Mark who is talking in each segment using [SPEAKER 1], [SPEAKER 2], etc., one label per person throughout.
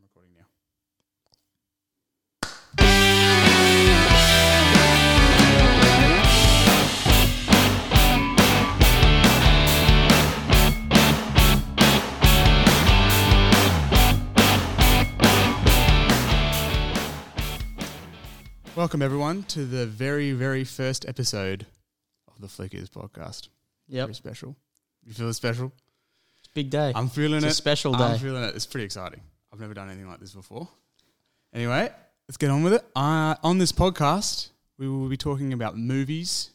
[SPEAKER 1] recording now. Welcome, everyone, to the very, very first episode of the Flickers podcast.
[SPEAKER 2] Yep. Um,
[SPEAKER 1] Very special. You feel special?
[SPEAKER 2] It's a big day.
[SPEAKER 1] I'm feeling
[SPEAKER 2] it's
[SPEAKER 1] it.
[SPEAKER 2] a special
[SPEAKER 1] I'm
[SPEAKER 2] day.
[SPEAKER 1] feeling it. It's pretty exciting. I've never done anything like this before. Anyway, let's get on with it. Uh, on this podcast, we will be talking about movies,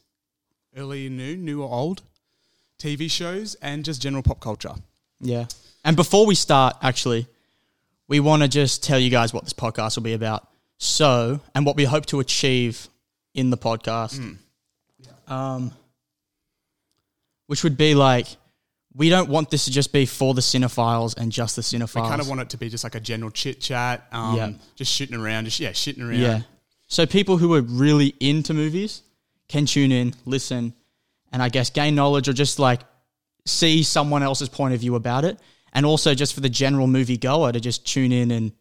[SPEAKER 1] early and new, new or old, TV shows, and just general pop culture.
[SPEAKER 2] yeah. And before we start, actually, we want to just tell you guys what this podcast will be about. So, and what we hope to achieve in the podcast. Um, which would be like, we don't want this to just be for the cinephiles and just the
[SPEAKER 1] We
[SPEAKER 2] cinephiles.
[SPEAKER 1] kind of want it to be just like a general chit chat, um,
[SPEAKER 2] Yeah.
[SPEAKER 1] just shitting around, just yeah, shitting around.
[SPEAKER 2] yeah. So people who are really into movies can tune in, listen, and I guess gain knowledge or just like see someone else's point of view about it. And also just for the general movie goer to just tune in and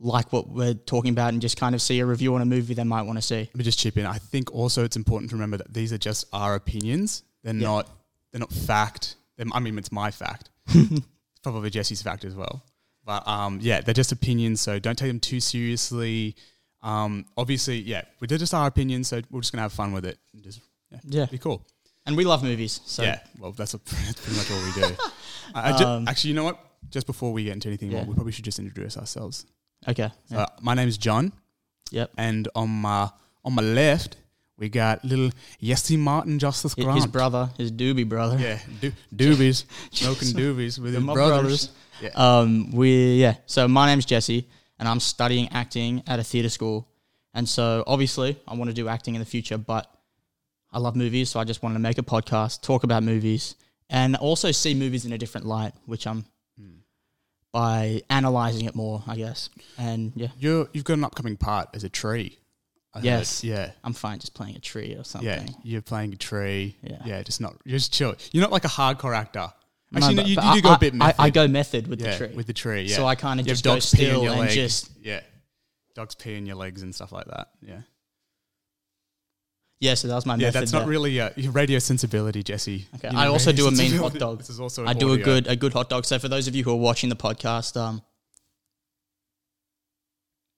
[SPEAKER 2] like what we're talking about and just kind of see a review on a movie they might want to see.
[SPEAKER 1] Let me just chip in. I think also it's important to remember that these are just our opinions. They're not they're not fact. They're, I mean, it's my fact. it's probably Jesse's fact as well. But um, yeah, they're just opinions, so don't take them too seriously. Um, obviously, yeah, we did just our opinions, so we're just gonna have fun with it. And just yeah,
[SPEAKER 2] Yeah.
[SPEAKER 1] be cool.
[SPEAKER 2] And we love movies. So
[SPEAKER 1] yeah, well, that's, a, that's pretty much all we do. I, I ju- actually, you know what? Just before we get into anything more,
[SPEAKER 2] Um, Yeah.
[SPEAKER 1] we probably should just introduce ourselves.
[SPEAKER 2] okay.
[SPEAKER 1] So my name is John.
[SPEAKER 2] Yep.
[SPEAKER 1] And on my on my left, we got little Jesse Martin Justice
[SPEAKER 2] Hi-
[SPEAKER 1] Grant.
[SPEAKER 2] His brother, his doobie brother.
[SPEAKER 1] Yeah, do- doobies, smoking doobies with his
[SPEAKER 2] my
[SPEAKER 1] brothers.
[SPEAKER 2] brothers. Um, we yeah. So my name's Jesse, and I'm studying acting at a theatre school. And so obviously, I want to do acting in the future, but I love movies, so I just wanted to make a podcast, talk about movies, and also see movies in a different light, which I'm
[SPEAKER 1] Hmm.
[SPEAKER 2] by analyzing it more, I guess. And yeah,
[SPEAKER 1] You're, you've got an upcoming part as a tree. I heard.
[SPEAKER 2] Yes.
[SPEAKER 1] Yeah.
[SPEAKER 2] I'm fine just playing a tree or something.
[SPEAKER 1] Yeah. You're playing a tree.
[SPEAKER 2] Yeah.
[SPEAKER 1] Yeah. Just not. You're just chill. You're not like a hardcore actor.
[SPEAKER 2] No,
[SPEAKER 1] Actually, no,
[SPEAKER 2] but-
[SPEAKER 1] you,
[SPEAKER 2] but
[SPEAKER 1] you
[SPEAKER 2] I,
[SPEAKER 1] do go
[SPEAKER 2] I,
[SPEAKER 1] a bit
[SPEAKER 2] I,
[SPEAKER 1] method.
[SPEAKER 2] I go method with
[SPEAKER 1] yeah,
[SPEAKER 2] the tree.
[SPEAKER 1] with the tree. Yeah.
[SPEAKER 2] So I kinda
[SPEAKER 1] You have
[SPEAKER 2] just go
[SPEAKER 1] dogs peeing
[SPEAKER 2] still
[SPEAKER 1] your
[SPEAKER 2] and
[SPEAKER 1] leg.
[SPEAKER 2] just-
[SPEAKER 1] yeah. Dogs peeing your legs and stuff like that. Yeah.
[SPEAKER 2] yeah, so that was my
[SPEAKER 1] Yeah,
[SPEAKER 2] method.
[SPEAKER 1] that's not
[SPEAKER 2] there.
[SPEAKER 1] really uh, your radio sensibility, Jesse.
[SPEAKER 2] Okay,
[SPEAKER 1] Your
[SPEAKER 2] I also
[SPEAKER 1] radio
[SPEAKER 2] do a mean
[SPEAKER 1] sensibility.
[SPEAKER 2] hot dog.
[SPEAKER 1] This is also
[SPEAKER 2] I do a
[SPEAKER 1] audio.
[SPEAKER 2] good a good hot dog. So for those of you who are watching the podcast, um,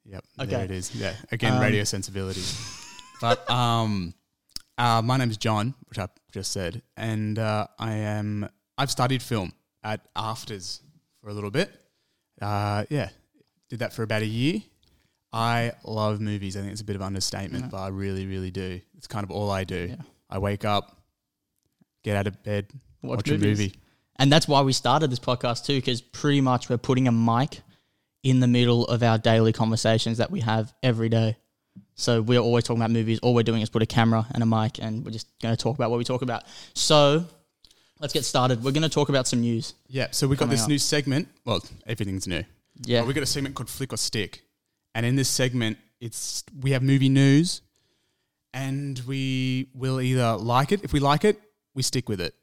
[SPEAKER 1] Yep. There
[SPEAKER 2] Okay.
[SPEAKER 1] it is. Yeah. Again,
[SPEAKER 2] Um,
[SPEAKER 1] radio sensibility. but um, uh, my name's John, which I just said, and uh, I am I've studied film at Afters for a little bit. Uh, yeah, did that for about a year. I love movies. I think it's a bit of understatement, but I really, really do. It's kind of all I do.
[SPEAKER 2] Uh-huh. Yeah.
[SPEAKER 1] I wake up, get out of bed, watch,
[SPEAKER 2] Watch
[SPEAKER 1] a
[SPEAKER 2] movies.
[SPEAKER 1] movie.
[SPEAKER 2] And that's why we started this podcast too, because pretty much we're putting a mic in the middle of our daily conversations that we have every day. So we're always talking about movies. All we're doing is put a camera and a mic, and we're just going to talk about what we talk about. So let's get started. We're going to talk about some news.
[SPEAKER 1] Yeah, so we got
[SPEAKER 2] Coming
[SPEAKER 1] this
[SPEAKER 2] up.
[SPEAKER 1] new segment. Well, everything's new.
[SPEAKER 2] Yeah.
[SPEAKER 1] But we got a segment called Flick or Stick, and in this segment, it's we have movie news, and we will either like it. If we like it, we stick with it.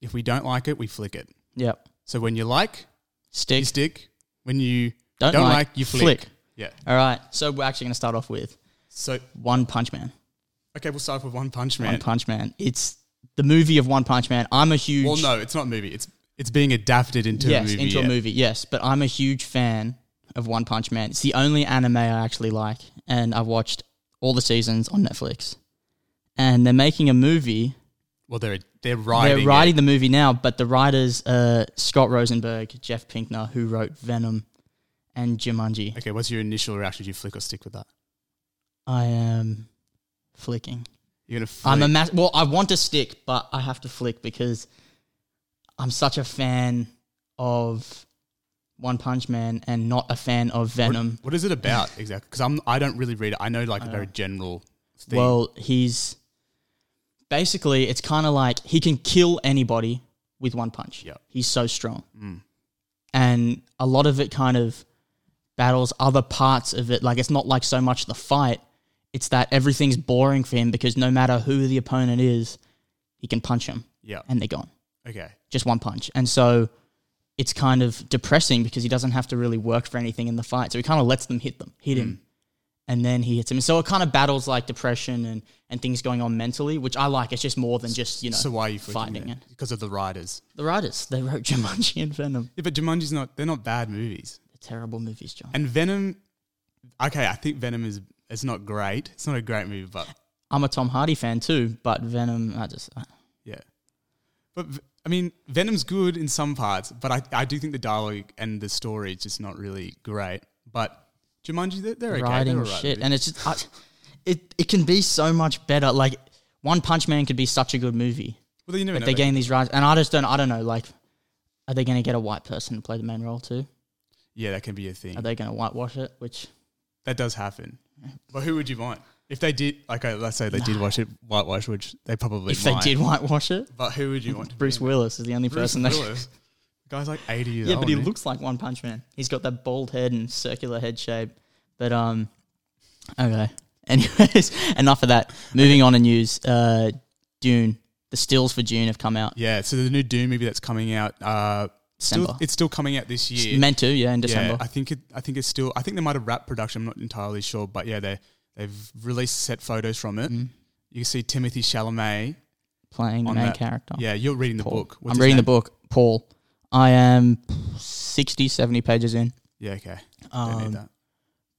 [SPEAKER 1] If we don't like it, we flick it.
[SPEAKER 2] Yep.
[SPEAKER 1] So when you like, you
[SPEAKER 2] Stick.
[SPEAKER 1] stick. When you
[SPEAKER 2] Don't, like,
[SPEAKER 1] you flick.
[SPEAKER 2] flick.
[SPEAKER 1] Yeah.
[SPEAKER 2] All right. So we're actually going to start off with
[SPEAKER 1] So
[SPEAKER 2] One Punch Man.
[SPEAKER 1] okay, we'll start off with One Punch Man.
[SPEAKER 2] One Punch Man. It's the movie of One Punch Man. I'm a huge.
[SPEAKER 1] well, no, it's not a movie. It's it's being adapted into
[SPEAKER 2] yes,
[SPEAKER 1] a movie.
[SPEAKER 2] into
[SPEAKER 1] yeah.
[SPEAKER 2] a movie. Yes, but I'm a huge fan of One Punch Man. It's the only anime I actually like, and I've watched all the seasons on Netflix. And they're making a movie.
[SPEAKER 1] Well, they're they're writing.
[SPEAKER 2] they're
[SPEAKER 1] it.
[SPEAKER 2] writing the movie now, but the writers are Scott Rosenberg, Jeff Pinkner, who wrote Venom and Jumanji.
[SPEAKER 1] Okay, what's your initial reaction? Do you flick or stick with that?
[SPEAKER 2] I am flicking.
[SPEAKER 1] You're gonna. Flick.
[SPEAKER 2] I'm a mass. Well, I want to stick, but I have to flick because I'm such a fan of One Punch Man and not a fan of Venom. Uh,
[SPEAKER 1] What is it about exactly? Because I'm I don't really read it. I know like a very general thing.
[SPEAKER 2] Well, he's basically it's kind of like he can kill anybody with one punch.
[SPEAKER 1] Yep. Mm.
[SPEAKER 2] He's so strong. And a lot of it kind of battles other parts of it. Like it's not like so much the fight, it's that everything's boring for him because no matter who the opponent is, he can punch him
[SPEAKER 1] yeah.
[SPEAKER 2] and they're gone.
[SPEAKER 1] Okay.
[SPEAKER 2] Just one punch. And so it's kind of depressing because he doesn't have to really work for anything in the fight. So he kind of lets them hit them, hit
[SPEAKER 1] Mm.
[SPEAKER 2] him, and then he hits him. So it kind of battles like depression and and things going on mentally, which I like. It's just more than just you know.
[SPEAKER 1] So why are you freaking
[SPEAKER 2] fighting it?
[SPEAKER 1] Because of the writers.
[SPEAKER 2] The writers they wrote Jumanji and Venom.
[SPEAKER 1] Yeah, but Jumanji's not. They're not bad movies.
[SPEAKER 2] They're terrible movies, John.
[SPEAKER 1] And Venom. Okay, I think Venom is. It's not great. It's not a great movie, but
[SPEAKER 2] I'm a Tom Hardy fan too, but Venom. I just uh, I-
[SPEAKER 1] yeah. But v- I mean, Venom's good in some parts, but I, I do think the dialogue and the story is just not really great. But Jumanji, they're, they're okay.
[SPEAKER 2] writing
[SPEAKER 1] they're all right
[SPEAKER 2] shit,
[SPEAKER 1] movies.
[SPEAKER 2] and it's just I, it it can be so much better. Like One Punch Man could be such a good movie,
[SPEAKER 1] well, you never
[SPEAKER 2] but
[SPEAKER 1] know.
[SPEAKER 2] they're
[SPEAKER 1] though.
[SPEAKER 2] getting these rights, and I just don't I don't know. Like, are they going to get a white person to play the main role too?
[SPEAKER 1] yeah, that can be a thing.
[SPEAKER 2] Are they going to whitewash it? Which
[SPEAKER 1] That does happen. But who would you want? If they did, okay, let's say they did watch it, whitewash, which they probably
[SPEAKER 2] if
[SPEAKER 1] might.
[SPEAKER 2] they did whitewash it,
[SPEAKER 1] But who would you want? to be
[SPEAKER 2] Bruce
[SPEAKER 1] in it?
[SPEAKER 2] Willis is the only
[SPEAKER 1] Bruce
[SPEAKER 2] person. that,
[SPEAKER 1] Willis. Guy's like 80 years
[SPEAKER 2] yeah,
[SPEAKER 1] old.
[SPEAKER 2] but he
[SPEAKER 1] man.
[SPEAKER 2] looks like One Punch Man. He's got that bald head and circular head shape. But um, okay. Anyways, enough of that. Moving on to news. Uh, Dune. The stills for Dune have come out.
[SPEAKER 1] Yeah, so the new Doom movie that's coming out, uh, still,
[SPEAKER 2] December.
[SPEAKER 1] it's still coming out this year.
[SPEAKER 2] Meant to, yeah, in December.
[SPEAKER 1] Yeah, I think it, I think it's still. I think they might have wrapped production. I'm not entirely sure, but yeah, they they've released set photos from it.
[SPEAKER 2] Mm.
[SPEAKER 1] You can see Timothy Chalamet.
[SPEAKER 2] playing the
[SPEAKER 1] on
[SPEAKER 2] main
[SPEAKER 1] that-
[SPEAKER 2] character.
[SPEAKER 1] Yeah, you're reading the
[SPEAKER 2] Oh, Paul.
[SPEAKER 1] book. What's
[SPEAKER 2] I'm
[SPEAKER 1] his
[SPEAKER 2] reading the
[SPEAKER 1] name?
[SPEAKER 2] book, Paul. I am 60, 70 pages in.
[SPEAKER 1] Yeah, okay. Don't need
[SPEAKER 2] Um,
[SPEAKER 1] that.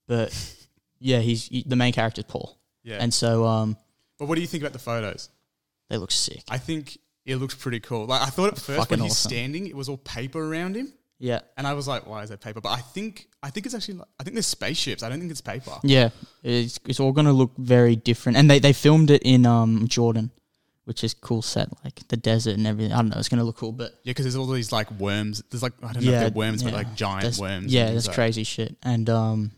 [SPEAKER 2] but yeah, he's he- the main character's Paul.
[SPEAKER 1] Yeah.
[SPEAKER 2] And so um,
[SPEAKER 1] but what do you think about the photos?
[SPEAKER 2] they look sick.
[SPEAKER 1] I think it looks pretty cool. Like I thought at first
[SPEAKER 2] Fucking
[SPEAKER 1] when he's
[SPEAKER 2] awesome.
[SPEAKER 1] standing, it was all paper around him,
[SPEAKER 2] Yeah.
[SPEAKER 1] and I was like, "Why is there paper?" But I think I think it's actually like, I think there's spaceships. I don't think it's paper.
[SPEAKER 2] Yeah. It's, it's all going to look very different. And they, they filmed it in um, Jordan, which is cool set, like the desert and everything. I don't know. It's going to look cool, but
[SPEAKER 1] Yeah, because there's all these like worms. There's like I don't know
[SPEAKER 2] Yeah,
[SPEAKER 1] if they're worms, but
[SPEAKER 2] yeah.
[SPEAKER 1] like giant
[SPEAKER 2] that's,
[SPEAKER 1] worms. and
[SPEAKER 2] yeah,
[SPEAKER 1] things
[SPEAKER 2] that's
[SPEAKER 1] like-
[SPEAKER 2] crazy shit. And um,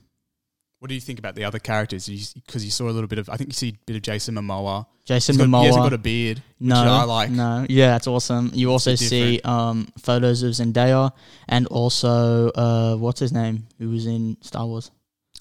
[SPEAKER 1] What do you think about the other characters? Because you, saw a little bit of I think you see a bit of Jason Momoa.
[SPEAKER 2] Jason
[SPEAKER 1] He's got-
[SPEAKER 2] Momoa.
[SPEAKER 1] He hasn't got a beard, which
[SPEAKER 2] No,
[SPEAKER 1] I like.
[SPEAKER 2] No, yeah, that's awesome. You also see um, photos of Zendaya and also uh, what's his name, who was in Star Wars,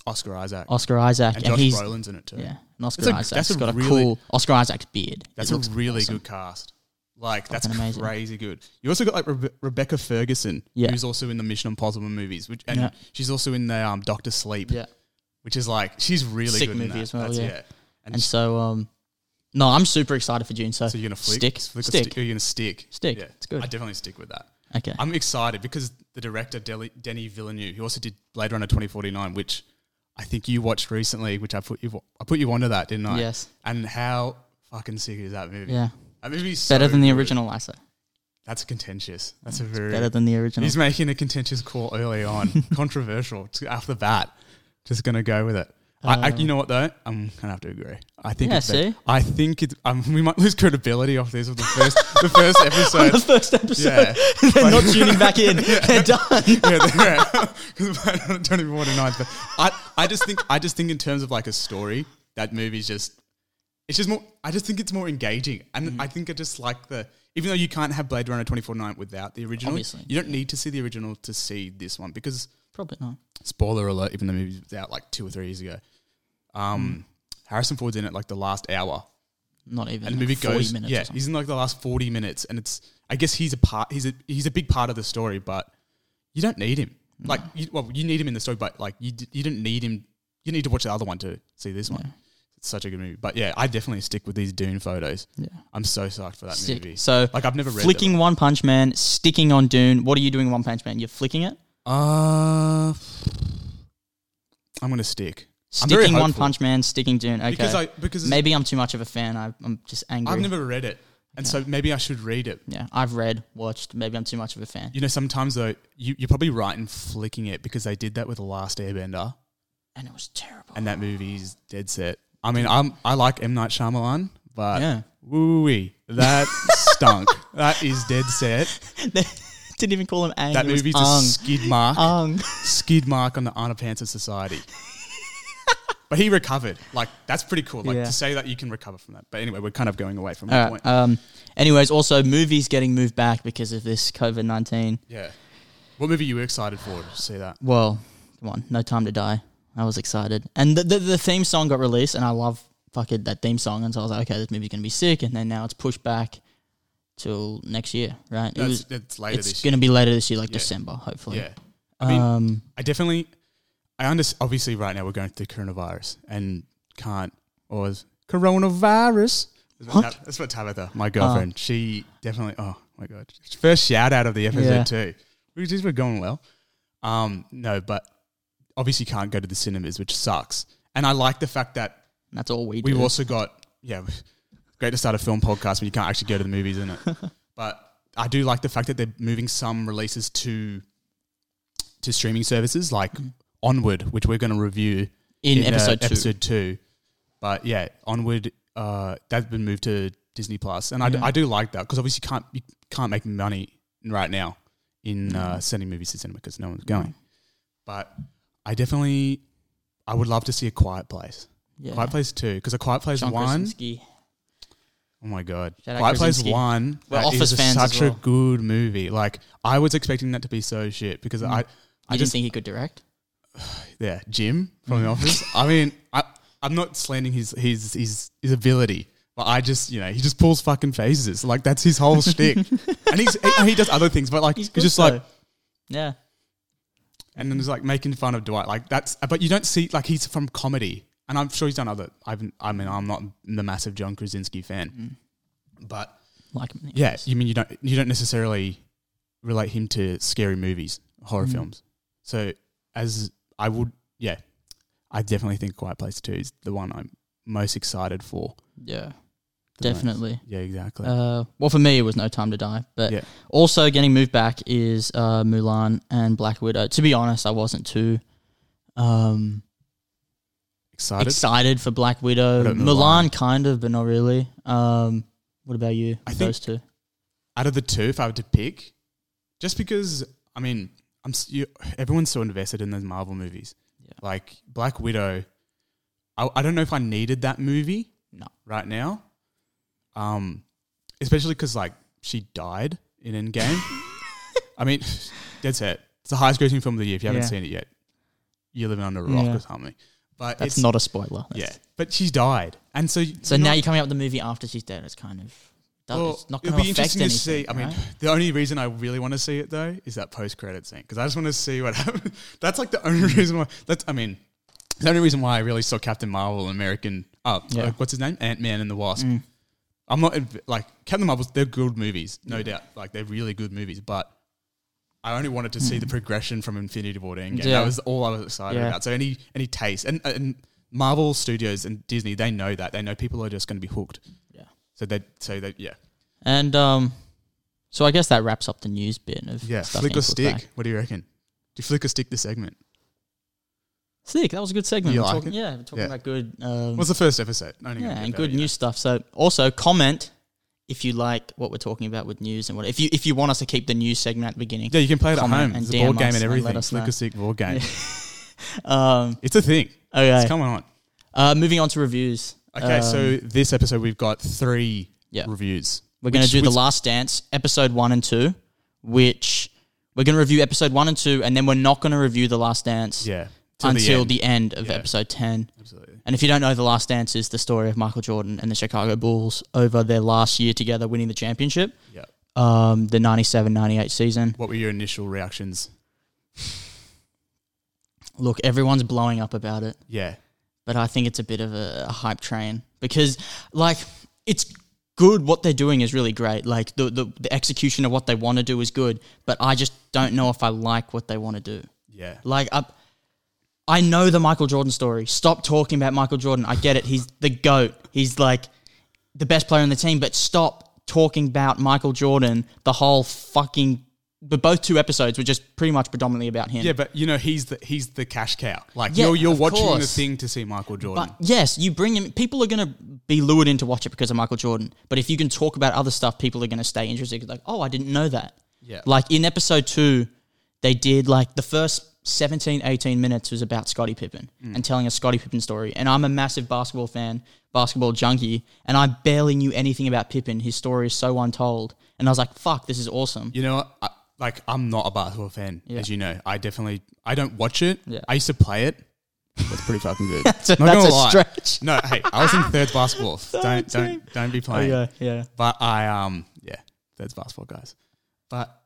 [SPEAKER 1] Oscar Isaac
[SPEAKER 2] Oscar
[SPEAKER 1] and
[SPEAKER 2] Isaac, and,
[SPEAKER 1] Josh
[SPEAKER 2] Oh, he's
[SPEAKER 1] Brolin's in it too.
[SPEAKER 2] yeah, and Oscar
[SPEAKER 1] That's a-
[SPEAKER 2] Isaac.
[SPEAKER 1] that's
[SPEAKER 2] has
[SPEAKER 1] a
[SPEAKER 2] got a
[SPEAKER 1] really-
[SPEAKER 2] cool Oscar Isaac's beard.
[SPEAKER 1] That's
[SPEAKER 2] It
[SPEAKER 1] a
[SPEAKER 2] looks
[SPEAKER 1] really
[SPEAKER 2] awesome.
[SPEAKER 1] good cast. Like that's
[SPEAKER 2] Fucking amazing.
[SPEAKER 1] crazy good. You also got like Rebe- Rebecca Ferguson,
[SPEAKER 2] Yeah.
[SPEAKER 1] who's also in the Mission Impossible movies, which and
[SPEAKER 2] Yeah.
[SPEAKER 1] she's also in the um, Doctor Sleep,
[SPEAKER 2] Yeah,
[SPEAKER 1] which is like she's really
[SPEAKER 2] Sick
[SPEAKER 1] good in
[SPEAKER 2] movie
[SPEAKER 1] that.
[SPEAKER 2] as well,
[SPEAKER 1] That's-
[SPEAKER 2] yeah.
[SPEAKER 1] And,
[SPEAKER 2] and
[SPEAKER 1] sh-
[SPEAKER 2] so um, no, I'm super excited for June. So,
[SPEAKER 1] so you're gonna flick,
[SPEAKER 2] stick,
[SPEAKER 1] flick or
[SPEAKER 2] stick,
[SPEAKER 1] sti- you're gonna stick,
[SPEAKER 2] Stick.
[SPEAKER 1] Yeah,
[SPEAKER 2] It's good.
[SPEAKER 1] I definitely stick with that.
[SPEAKER 2] okay,
[SPEAKER 1] I'm excited because the director Deli- Denny Villeneuve, who also did Blade Runner 2049, which I think you watched recently, which I put you I put you onto that, didn't I?
[SPEAKER 2] yes,
[SPEAKER 1] And how fucking sick is that movie?
[SPEAKER 2] yeah,
[SPEAKER 1] That movie's so
[SPEAKER 2] better than the
[SPEAKER 1] good.
[SPEAKER 2] original Lisa.
[SPEAKER 1] That's contentious. That's a very
[SPEAKER 2] Better than the original.
[SPEAKER 1] He's making a contentious call early on, controversial to, off the bat. Just gonna go with it. I, I, you know what though, I'm gonna have to agree. I think
[SPEAKER 2] Uh, Yeah,
[SPEAKER 1] it's better.
[SPEAKER 2] see?
[SPEAKER 1] I think it's, um, we might lose credibility off this with the first the first
[SPEAKER 2] On the
[SPEAKER 1] episode.
[SPEAKER 2] first episode,
[SPEAKER 1] Yeah,
[SPEAKER 2] they're not tuning back in. They're done.
[SPEAKER 1] yeah, they're out. 'Cause I don't- don't even want to know. But I, I just think, I just think in terms of like a story, that movie's just, it's just more. I just think it's more engaging, and I think I just like the. Even though you can't have Blade Runner twenty four nine without the original,
[SPEAKER 2] Obviously.
[SPEAKER 1] you don't need to see the original to see this one because
[SPEAKER 2] Probably not.
[SPEAKER 1] spoiler alert, even the movie was out like two or three years ago. Um, Harrison Ford's in it like the last hour,
[SPEAKER 2] Not even.
[SPEAKER 1] and the movie
[SPEAKER 2] like 40
[SPEAKER 1] goes.
[SPEAKER 2] minutes or
[SPEAKER 1] yeah,
[SPEAKER 2] something.
[SPEAKER 1] he's in like the last forty minutes, and it's. I guess he's a part. He's a he's a big part of the story, but you don't need him.
[SPEAKER 2] Mm.
[SPEAKER 1] Like, you, well, you need him in the story, but like you d- you didn't need him. You need to watch the other one to see this one.
[SPEAKER 2] Yeah.
[SPEAKER 1] It's such a good movie, but yeah, I definitely stick with these Dune photos.
[SPEAKER 2] Yeah.
[SPEAKER 1] I'm so psyched for that
[SPEAKER 2] Sick.
[SPEAKER 1] movie.
[SPEAKER 2] So
[SPEAKER 1] Like I've never read
[SPEAKER 2] flicking
[SPEAKER 1] Them.
[SPEAKER 2] One Punch Man, sticking on Dune. What are you doing, One Punch Man? You're flicking it,
[SPEAKER 1] Uh, I'm gonna stick I'm very
[SPEAKER 2] sticking One
[SPEAKER 1] hopeful.
[SPEAKER 2] Punch Man, sticking Dune. Okay,
[SPEAKER 1] because I because it's-
[SPEAKER 2] maybe I'm too much of a fan. I, I'm just angry.
[SPEAKER 1] I've never read it, and so maybe I should read it.
[SPEAKER 2] yeah, I've read, watched. Maybe I'm too much of a fan.
[SPEAKER 1] You know, sometimes though, you, you're probably right in flicking it because they did that with the Last Airbender,
[SPEAKER 2] and it was terrible.
[SPEAKER 1] and that movie's dead set. I mean, I'm I like M Night Shyamalan, but
[SPEAKER 2] yeah,
[SPEAKER 1] wooey, that stunk. That is dead set.
[SPEAKER 2] didn't even call him Ang.
[SPEAKER 1] That
[SPEAKER 2] it was Uh.
[SPEAKER 1] movie's a
[SPEAKER 2] Ang.
[SPEAKER 1] skid mark,
[SPEAKER 2] Ang.
[SPEAKER 1] skid mark on the underpants of society. but he recovered. Like that's pretty cool. Like
[SPEAKER 2] Yeah.
[SPEAKER 1] to say that you can recover from that. But anyway, we're kind of going away from that
[SPEAKER 2] All
[SPEAKER 1] point.
[SPEAKER 2] right. Um. Anyways, also movies getting moved back because of this COVID nineteen.
[SPEAKER 1] yeah. What movie you were excited for to see that?
[SPEAKER 2] Well, come on, No Time to Die. I was excited, and the, the the theme song got released, and I love fucking that theme song, and so I was like, okay, this movie's gonna be sick, and then now it's pushed back till next year, right? It
[SPEAKER 1] That's,
[SPEAKER 2] was-
[SPEAKER 1] that's later
[SPEAKER 2] it's
[SPEAKER 1] this
[SPEAKER 2] going to be later this year, like
[SPEAKER 1] Yeah.
[SPEAKER 2] December, hopefully.
[SPEAKER 1] year. Yeah. I mean,
[SPEAKER 2] um,
[SPEAKER 1] I definitely, I under, obviously right now we're going through coronavirus and can't, or is coronavirus. That's
[SPEAKER 2] What?
[SPEAKER 1] Tab- That's what Tabitha, uh, my girlfriend, she definitely, oh my God. First shout out of the episode
[SPEAKER 2] Yeah.
[SPEAKER 1] too. We just were going well. Um, no, but obviously can't go to the cinemas, which sucks. And I like the fact that
[SPEAKER 2] that's all we do.
[SPEAKER 1] We've also got yeah, great to start a film podcast when you can't actually go to the movies, isn't it? but I do like the fact that they're moving some releases to to streaming services like Onward, which we're going to review
[SPEAKER 2] Mm-hmm. in,
[SPEAKER 1] uh,
[SPEAKER 2] episode two.
[SPEAKER 1] episode two. But yeah, Onward uh, that's been moved to Disney Plus, and I, d-
[SPEAKER 2] Yeah.
[SPEAKER 1] I do like that because obviously you can't you can't make money right now in
[SPEAKER 2] Mm-hmm.
[SPEAKER 1] uh, sending movies to cinema because no one's going. But I definitely I would love to see a Quiet Place.
[SPEAKER 2] yeah.
[SPEAKER 1] Quiet Place Two, because a Quiet Place
[SPEAKER 2] John
[SPEAKER 1] One,
[SPEAKER 2] Krasinski.
[SPEAKER 1] oh my god,
[SPEAKER 2] Shout out
[SPEAKER 1] Quiet Place
[SPEAKER 2] Krasinski.
[SPEAKER 1] One
[SPEAKER 2] We're
[SPEAKER 1] that
[SPEAKER 2] Office
[SPEAKER 1] is
[SPEAKER 2] fans as
[SPEAKER 1] such
[SPEAKER 2] well.
[SPEAKER 1] a good movie. Like I was expecting that to be so shit because
[SPEAKER 2] Mm.
[SPEAKER 1] I, I just
[SPEAKER 2] You didn't think he could direct?
[SPEAKER 1] yeah, Jim from The
[SPEAKER 2] Mm.
[SPEAKER 1] Office. I mean, I I'm not slandering his his his his ability, but I just you know he just pulls fucking faces like that's his whole shtick, and he's he, he does other things, but like he's,
[SPEAKER 2] good,
[SPEAKER 1] just like
[SPEAKER 2] though. yeah,
[SPEAKER 1] and then he's like making fun of Dwight like that's but you don't see like he's from comedy. And I'm sure he's done other. I've, I mean, I'm not the massive John Krasinski fan,
[SPEAKER 2] Mm.
[SPEAKER 1] but
[SPEAKER 2] like him.
[SPEAKER 1] Yeah, you mean you don't you don't necessarily relate him to scary movies, horror
[SPEAKER 2] Mm.
[SPEAKER 1] films. So as I would, yeah, I definitely think Quiet Place Two is the one I'm most excited for.
[SPEAKER 2] Yeah,
[SPEAKER 1] the most.
[SPEAKER 2] definitely.
[SPEAKER 1] Yeah, exactly.
[SPEAKER 2] Uh, well, for me, it was No Time to Die, but
[SPEAKER 1] Yeah.
[SPEAKER 2] also getting moved back is uh, Mulan and Black Widow. To be honest, I wasn't too um,
[SPEAKER 1] excited.
[SPEAKER 2] excited for Black Widow.
[SPEAKER 1] What
[SPEAKER 2] Mulan,
[SPEAKER 1] about Mulan?
[SPEAKER 2] kind of, but not really. Um, what about you?
[SPEAKER 1] I
[SPEAKER 2] with
[SPEAKER 1] think-
[SPEAKER 2] those two.
[SPEAKER 1] Out of the two, if I were to pick, just because I mean, I'm s- you, everyone's so invested in those Marvel movies.
[SPEAKER 2] Yeah.
[SPEAKER 1] Like Black Widow, I, I don't know if I needed that movie.
[SPEAKER 2] No.
[SPEAKER 1] right now. Um, especially because like she died in Endgame. I mean, dead set. It's the highest grossing film of the year. If you haven't
[SPEAKER 2] Yeah.
[SPEAKER 1] seen it yet, you're living under a rock
[SPEAKER 2] Yeah.
[SPEAKER 1] or something. But
[SPEAKER 2] That's
[SPEAKER 1] it's
[SPEAKER 2] not a spoiler.
[SPEAKER 1] yeah.
[SPEAKER 2] That's-
[SPEAKER 1] But she's died, and so
[SPEAKER 2] So now you're coming up with the movie after she's dead. It's kind of does, it's not going
[SPEAKER 1] it'll
[SPEAKER 2] to
[SPEAKER 1] be
[SPEAKER 2] affect
[SPEAKER 1] interesting
[SPEAKER 2] anything.
[SPEAKER 1] to see. I mean,
[SPEAKER 2] right?
[SPEAKER 1] the only reason I really want to see it though is that post credit scene because I just want to see what happens. That's like the only reason why. That's I mean, the only reason why I really saw Captain Marvel, American. Oh,
[SPEAKER 2] Yeah.
[SPEAKER 1] like, what's his name? Ant Man and the Wasp.
[SPEAKER 2] Mm.
[SPEAKER 1] I'm not inv- like Captain Marvel's. They're good movies, no doubt. Like they're really good movies, but I only wanted to see the progression from Infinity War to Endgame.
[SPEAKER 2] Mm. Yeah.
[SPEAKER 1] That was all I was excited
[SPEAKER 2] Yeah.
[SPEAKER 1] about. So any any taste and and Marvel Studios and Disney, they know that. They know people are just going to be hooked.
[SPEAKER 2] Yeah.
[SPEAKER 1] So they so they yeah
[SPEAKER 2] and um, so I guess that wraps up the news bit of
[SPEAKER 1] yeah
[SPEAKER 2] stuff
[SPEAKER 1] flick
[SPEAKER 2] being
[SPEAKER 1] or
[SPEAKER 2] put
[SPEAKER 1] stick.
[SPEAKER 2] back.
[SPEAKER 1] What do you reckon? Do you flick or stick the segment?
[SPEAKER 2] Stick. That was a good segment.
[SPEAKER 1] You
[SPEAKER 2] We're
[SPEAKER 1] like
[SPEAKER 2] talking,
[SPEAKER 1] it?
[SPEAKER 2] yeah, we're talking
[SPEAKER 1] Yeah.
[SPEAKER 2] about good. Um,
[SPEAKER 1] What's the first episode? Only gonna
[SPEAKER 2] yeah,
[SPEAKER 1] get
[SPEAKER 2] and
[SPEAKER 1] better,
[SPEAKER 2] good
[SPEAKER 1] you know.
[SPEAKER 2] news stuff. So also comment if you like what we're talking about with news and what if you if you want us to keep the news segment at the beginning.
[SPEAKER 1] Yeah, you can play it at home.
[SPEAKER 2] Comment and
[SPEAKER 1] It's a
[SPEAKER 2] DM
[SPEAKER 1] board
[SPEAKER 2] us
[SPEAKER 1] game
[SPEAKER 2] and
[SPEAKER 1] and
[SPEAKER 2] let
[SPEAKER 1] everything.
[SPEAKER 2] us
[SPEAKER 1] Flick
[SPEAKER 2] know.
[SPEAKER 1] or stick board game.
[SPEAKER 2] Um,
[SPEAKER 1] It's a thing. It's
[SPEAKER 2] okay.
[SPEAKER 1] coming on.
[SPEAKER 2] Uh, moving on to reviews.
[SPEAKER 1] Okay,
[SPEAKER 2] Um,
[SPEAKER 1] so this episode we've got three
[SPEAKER 2] Yeah.
[SPEAKER 1] reviews.
[SPEAKER 2] we're going to
[SPEAKER 1] which-
[SPEAKER 2] do the
[SPEAKER 1] which-
[SPEAKER 2] Last Dance episode one and two, which we're going to review episode one and two, and then we're not going to review the Last Dance
[SPEAKER 1] Yeah. till
[SPEAKER 2] until
[SPEAKER 1] end.
[SPEAKER 2] the end, of
[SPEAKER 1] Yeah.
[SPEAKER 2] episode ten.
[SPEAKER 1] Absolutely.
[SPEAKER 2] And if you don't know, The Last Dance is the story of Michael Jordan and the Chicago Bulls over their last year together winning the championship,
[SPEAKER 1] Yeah.
[SPEAKER 2] um, the 97 98 season.
[SPEAKER 1] What were your initial reactions?
[SPEAKER 2] Look, everyone's blowing up about it,
[SPEAKER 1] Yeah.
[SPEAKER 2] but I think it's a bit of a, a hype train because, like, it's good. What they're doing is really great. Like, the, the, the execution of what they want to do is good, but I just don't know if I like what they want to do.
[SPEAKER 1] Yeah.
[SPEAKER 2] Like, I, I know the Michael Jordan story. Stop talking about Michael Jordan. I get it. He's the GOAT. He's like the best player on the team, but stop talking about Michael Jordan the whole fucking. But both two episodes were just pretty much predominantly about him.
[SPEAKER 1] Yeah, but you know, he's the he's the cash cow. Like
[SPEAKER 2] Yeah,
[SPEAKER 1] you're you're
[SPEAKER 2] of
[SPEAKER 1] watching the
[SPEAKER 2] course.
[SPEAKER 1] thing to see Michael Jordan.
[SPEAKER 2] But yes, you bring him. People are going to be lured in to watch it because of Michael Jordan. But if you can talk about other stuff, people are going to stay interested. 'Cause Like, oh, I didn't know that.
[SPEAKER 1] Yeah.
[SPEAKER 2] Like in episode two, they did like the first 17, 18 minutes was about Scottie Pippen and telling a Scottie Pippen story. And I'm a massive basketball fan, basketball junkie, and I barely knew anything about Pippen. His story is so untold. And I was like, fuck, this is awesome.
[SPEAKER 1] you know, I, like I'm not a basketball fan,
[SPEAKER 2] Yeah.
[SPEAKER 1] as you know. I definitely I don't watch it.
[SPEAKER 2] Yeah.
[SPEAKER 1] I used to play it. That's pretty fucking good.
[SPEAKER 2] So
[SPEAKER 1] Not
[SPEAKER 2] that's
[SPEAKER 1] gonna
[SPEAKER 2] a
[SPEAKER 1] lie.
[SPEAKER 2] stretch.
[SPEAKER 1] No, hey, I was in third basketball. don't
[SPEAKER 2] team.
[SPEAKER 1] don't don't be
[SPEAKER 2] Oh,
[SPEAKER 1] playing.
[SPEAKER 2] yeah, yeah.
[SPEAKER 1] But I um yeah. that's basketball guys. But